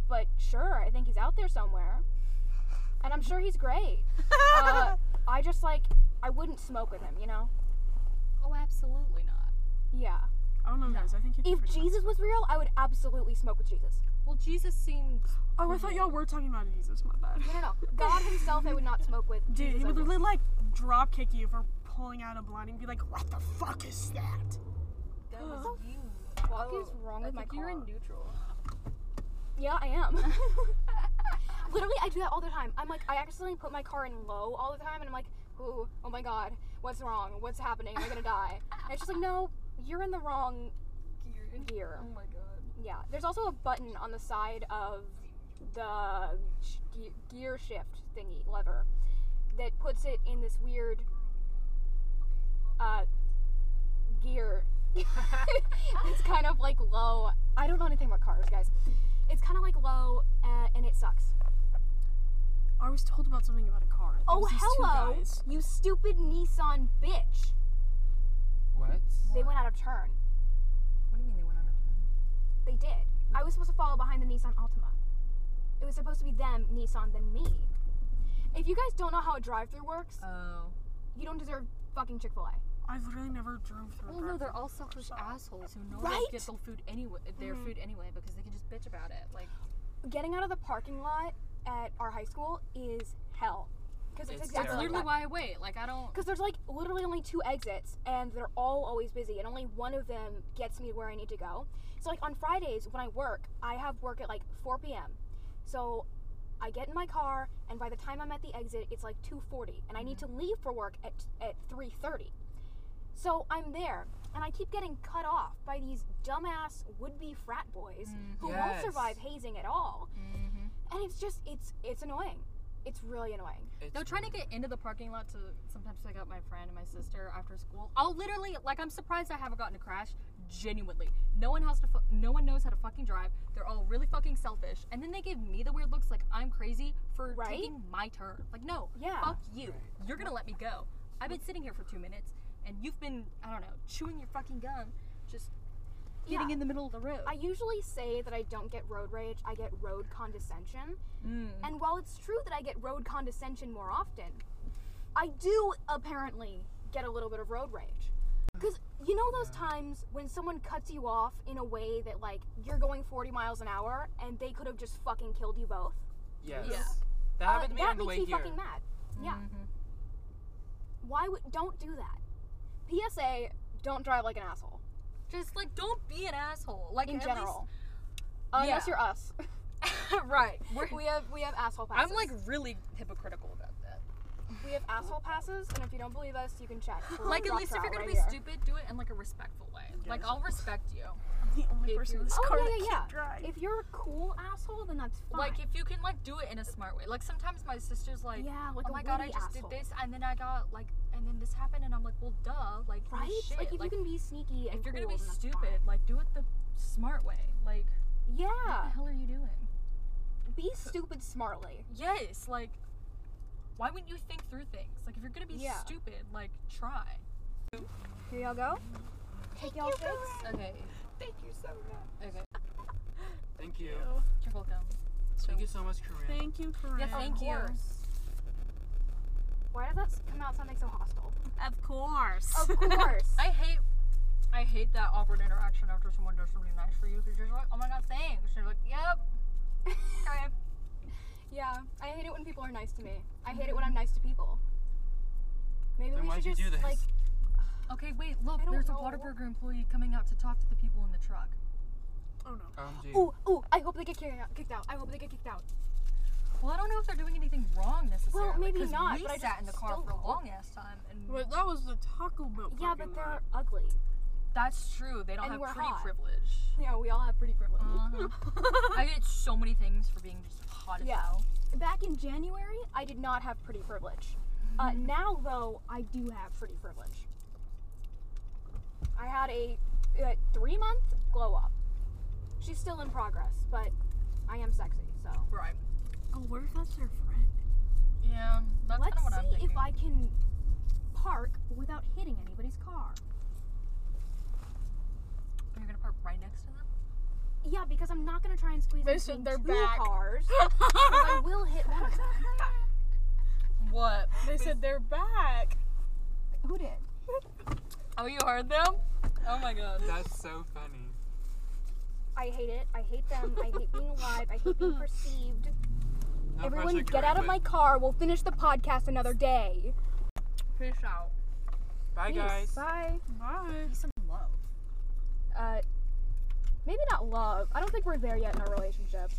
[SPEAKER 3] but sure, I think he's out there somewhere, and I'm sure he's great. uh, I just like I wouldn't smoke with him, you know?
[SPEAKER 2] Oh, absolutely not.
[SPEAKER 3] Yeah.
[SPEAKER 1] I don't know, guys. I think you'd be
[SPEAKER 3] If
[SPEAKER 1] pretty much-
[SPEAKER 3] Jesus was real, I would absolutely smoke with Jesus.
[SPEAKER 2] Well, Jesus seemed.
[SPEAKER 1] Oh, I thought y'all were talking about Jesus. My bad.
[SPEAKER 3] No, no, no. God himself, I would not smoke with.
[SPEAKER 1] Dude,
[SPEAKER 3] Jesus
[SPEAKER 1] he
[SPEAKER 3] I
[SPEAKER 1] would literally like drop kick you for pulling out a blind and be like, "What the fuck is that?"
[SPEAKER 2] That was you.
[SPEAKER 3] What is
[SPEAKER 1] Oh,
[SPEAKER 3] wrong with my car?
[SPEAKER 2] You're in neutral.
[SPEAKER 3] yeah, I am. literally, I do that all the time. I'm like, I accidentally put my car in low all the time, and I'm like, ooh, oh my god, what's wrong? What's happening? Am I gonna die? And it's just like, no, you're in the wrong gear.
[SPEAKER 2] Oh my god.
[SPEAKER 3] Yeah. There's also a button on the side of the sh- ge- gear shift thingy lever that puts it in this weird uh, gear. it's kind of like low. I don't know anything about cars, guys. It's kind of like low, uh, and it sucks.
[SPEAKER 1] I was told about something about a car. It
[SPEAKER 3] Oh,
[SPEAKER 1] was these two
[SPEAKER 3] hello,
[SPEAKER 1] guys.
[SPEAKER 3] you stupid Nissan bitch!
[SPEAKER 4] What?
[SPEAKER 3] They went out of turn.
[SPEAKER 5] What do you mean they went on
[SPEAKER 3] They did. I was supposed to follow behind the Nissan Altima. It was supposed to be them, Nissan, then me. If you guys don't know how a drive-through works,
[SPEAKER 5] a?
[SPEAKER 2] Uh.
[SPEAKER 5] Oh.
[SPEAKER 3] you don't deserve fucking Chick Fil A.
[SPEAKER 1] I've literally never drove through. a
[SPEAKER 2] Well, no,
[SPEAKER 1] drive-thru.
[SPEAKER 2] they're all selfish assholes who know
[SPEAKER 3] Right? Mm-hmm.
[SPEAKER 2] they'll get their food anyway. Their food anyway because they can just bitch about it. Like
[SPEAKER 3] Getting out of the parking lot at our high school is hell because it's,
[SPEAKER 4] It's
[SPEAKER 3] exactly
[SPEAKER 4] terrible.
[SPEAKER 3] like
[SPEAKER 2] literally
[SPEAKER 3] that.
[SPEAKER 2] why I wait. Like I don't.
[SPEAKER 3] Because there's like literally only two exits, and they're all always busy, and only one of them gets me where I need to go. So like on Fridays when I work, I have work at like 4 p.m. So I get in my car, and by the time I'm at the exit, it's like 2:40, and I need to leave for work at at 3:30. So I'm there, and I keep getting cut off by these dumbass would-be frat boys who
[SPEAKER 4] Yes.
[SPEAKER 3] won't survive hazing at all. And it's just it's it's annoying. It's really annoying.
[SPEAKER 4] It's
[SPEAKER 2] They're trying to
[SPEAKER 4] weird.
[SPEAKER 2] get into the parking lot to sometimes pick up my friend and my sister after school. I'll literally like I'm surprised I haven't gotten a crash. Genuinely, no one has to. Fu- no one knows how to fucking drive. They're all really fucking selfish, and then they give me the weird looks like I'm crazy for
[SPEAKER 3] Right?
[SPEAKER 2] taking my turn. Like no,
[SPEAKER 3] Yeah.
[SPEAKER 2] fuck you. You're gonna let me go. I've been sitting here for two minutes, and you've been I don't know chewing your fucking gum, just getting
[SPEAKER 3] Yeah.
[SPEAKER 2] in the middle of the road.
[SPEAKER 3] I usually say that I don't get road rage, I get road condescension.
[SPEAKER 4] Mm.
[SPEAKER 3] And while it's true that I get road condescension more often, I do apparently get a little bit of road rage. Because you know those times when someone cuts you off in a way that, like, you're going 40 miles an hour and they could have just fucking killed you both?
[SPEAKER 4] Yes.
[SPEAKER 2] Yeah.
[SPEAKER 4] That
[SPEAKER 3] Uh,
[SPEAKER 4] happened to me
[SPEAKER 3] that
[SPEAKER 4] on the
[SPEAKER 3] makes
[SPEAKER 4] way
[SPEAKER 3] me
[SPEAKER 4] here. Mm-hmm.
[SPEAKER 3] fucking mad. Yeah. Why would. Don't do that. PSA, don't drive like an asshole.
[SPEAKER 2] just like don't be an asshole. Like
[SPEAKER 3] In
[SPEAKER 2] at least-
[SPEAKER 3] general.
[SPEAKER 6] Unless you're us.
[SPEAKER 2] right.
[SPEAKER 3] We have we have asshole passes.
[SPEAKER 2] I'm like really hypocritical about that.
[SPEAKER 3] we have asshole passes, and if you don't believe us, you can check. We'll
[SPEAKER 2] Like at
[SPEAKER 3] drop
[SPEAKER 2] least if
[SPEAKER 3] that
[SPEAKER 2] you're gonna
[SPEAKER 3] right
[SPEAKER 2] be
[SPEAKER 3] here.
[SPEAKER 2] stupid, do it in like a respectful way. Like I'll respect you.
[SPEAKER 6] I'm the only
[SPEAKER 2] If
[SPEAKER 6] person
[SPEAKER 2] you-
[SPEAKER 6] in this
[SPEAKER 3] Oh,
[SPEAKER 6] car
[SPEAKER 3] yeah,
[SPEAKER 6] that
[SPEAKER 3] yeah,
[SPEAKER 6] can't
[SPEAKER 3] yeah.
[SPEAKER 6] drive.
[SPEAKER 3] If you're a cool asshole, then that's fine.
[SPEAKER 2] Like if you can like do it in a smart way. Like sometimes my sister's like,
[SPEAKER 3] yeah, like
[SPEAKER 2] oh
[SPEAKER 3] a
[SPEAKER 2] my god, I
[SPEAKER 3] witty
[SPEAKER 2] just
[SPEAKER 3] asshole.
[SPEAKER 2] did this and then I got like and then this happened and I'm like, well, duh, like holy
[SPEAKER 3] Right?
[SPEAKER 2] shit.
[SPEAKER 3] Like if you can be sneaky and
[SPEAKER 2] if you're gonna
[SPEAKER 3] cool,
[SPEAKER 2] be
[SPEAKER 3] then that's fine.
[SPEAKER 2] stupid, like do it the smart way. Like what
[SPEAKER 3] yeah,
[SPEAKER 2] the hell are you doing?
[SPEAKER 3] be stupid smartly.
[SPEAKER 2] Yes, like why wouldn't you think through things? Like if you're gonna be
[SPEAKER 3] Yeah.
[SPEAKER 2] stupid, like try.
[SPEAKER 3] Here y'all go. Take y'all pics.
[SPEAKER 2] Okay.
[SPEAKER 6] Thank you so much.
[SPEAKER 2] Okay.
[SPEAKER 4] Thank you.
[SPEAKER 2] You're welcome.
[SPEAKER 4] Thank you so much, Corinne.
[SPEAKER 6] Thank you, Corinne.
[SPEAKER 2] Yeah, thank you.
[SPEAKER 3] Why does that s- come out sounding so hostile?
[SPEAKER 1] Of course.
[SPEAKER 3] Of course.
[SPEAKER 2] I hate I hate that awkward interaction after someone does something nice for you because you're just like, oh my god, thanks. And you're like, yep. Okay.
[SPEAKER 3] yeah, I hate it when people are nice to me. I hate it when I'm nice to people. Maybe
[SPEAKER 4] Then
[SPEAKER 3] we
[SPEAKER 4] why'd
[SPEAKER 3] should
[SPEAKER 4] you
[SPEAKER 3] just
[SPEAKER 4] do this?
[SPEAKER 3] like
[SPEAKER 2] Okay, wait,
[SPEAKER 3] I
[SPEAKER 2] look,
[SPEAKER 3] don't
[SPEAKER 2] there's
[SPEAKER 3] know.
[SPEAKER 2] a Waterburger employee coming out to talk to the people in the truck.
[SPEAKER 1] Oh no.
[SPEAKER 4] Um, gee.
[SPEAKER 3] Ooh, ooh, I hope they get kicked out. Kicked out. I hope they get kicked out.
[SPEAKER 2] Well, I don't know if they're doing anything wrong necessarily.
[SPEAKER 3] maybe
[SPEAKER 2] 'cause
[SPEAKER 3] not,
[SPEAKER 2] We
[SPEAKER 3] but I
[SPEAKER 2] sat
[SPEAKER 3] just
[SPEAKER 2] in the car
[SPEAKER 3] don't
[SPEAKER 2] for a
[SPEAKER 3] know.
[SPEAKER 2] long ass time, and
[SPEAKER 1] But that was the Taco Bell.
[SPEAKER 3] Yeah,
[SPEAKER 1] parking
[SPEAKER 3] but
[SPEAKER 1] lot.
[SPEAKER 3] they're ugly.
[SPEAKER 2] that's true. They don't
[SPEAKER 3] And we're
[SPEAKER 2] have pretty
[SPEAKER 3] hot.
[SPEAKER 2] privilege.
[SPEAKER 3] Yeah, we all have pretty privilege.
[SPEAKER 2] Mm. I get so many things for being just hot as
[SPEAKER 3] Yeah.
[SPEAKER 2] hell.
[SPEAKER 3] Back in January, I did not have pretty privilege. Uh, now, though, I do have pretty privilege. I had a uh, three month glow up. She's still in progress, but I am sexy, so.
[SPEAKER 2] Right.
[SPEAKER 1] Oh, what if that's their friend?
[SPEAKER 2] Yeah, that's kind
[SPEAKER 3] Let's
[SPEAKER 2] of what I'm
[SPEAKER 3] see
[SPEAKER 2] thinking.
[SPEAKER 3] if I can park without hitting anybody's car.
[SPEAKER 2] You're gonna park right next to them.
[SPEAKER 3] Yeah, because I'm not gonna try and squeeze
[SPEAKER 6] They
[SPEAKER 3] between
[SPEAKER 6] said they're
[SPEAKER 3] two
[SPEAKER 6] back.
[SPEAKER 3] cars. 'cause I will hit one of them.
[SPEAKER 2] What?
[SPEAKER 6] They said they're back.
[SPEAKER 3] Who did?
[SPEAKER 2] Oh, you heard them? Oh my god.
[SPEAKER 4] That's so funny.
[SPEAKER 3] I hate it. I hate them. I hate being alive. I hate being perceived.
[SPEAKER 4] No
[SPEAKER 3] Everyone,
[SPEAKER 4] pressure,
[SPEAKER 3] get out of
[SPEAKER 4] Corinne,
[SPEAKER 3] my car. We'll finish the podcast another day.
[SPEAKER 2] Peace out.
[SPEAKER 4] but- Bye, guys.
[SPEAKER 3] Bye.
[SPEAKER 6] Bye.
[SPEAKER 2] Need some love.
[SPEAKER 3] Uh, maybe not love. I don't think we're there yet in our relationship.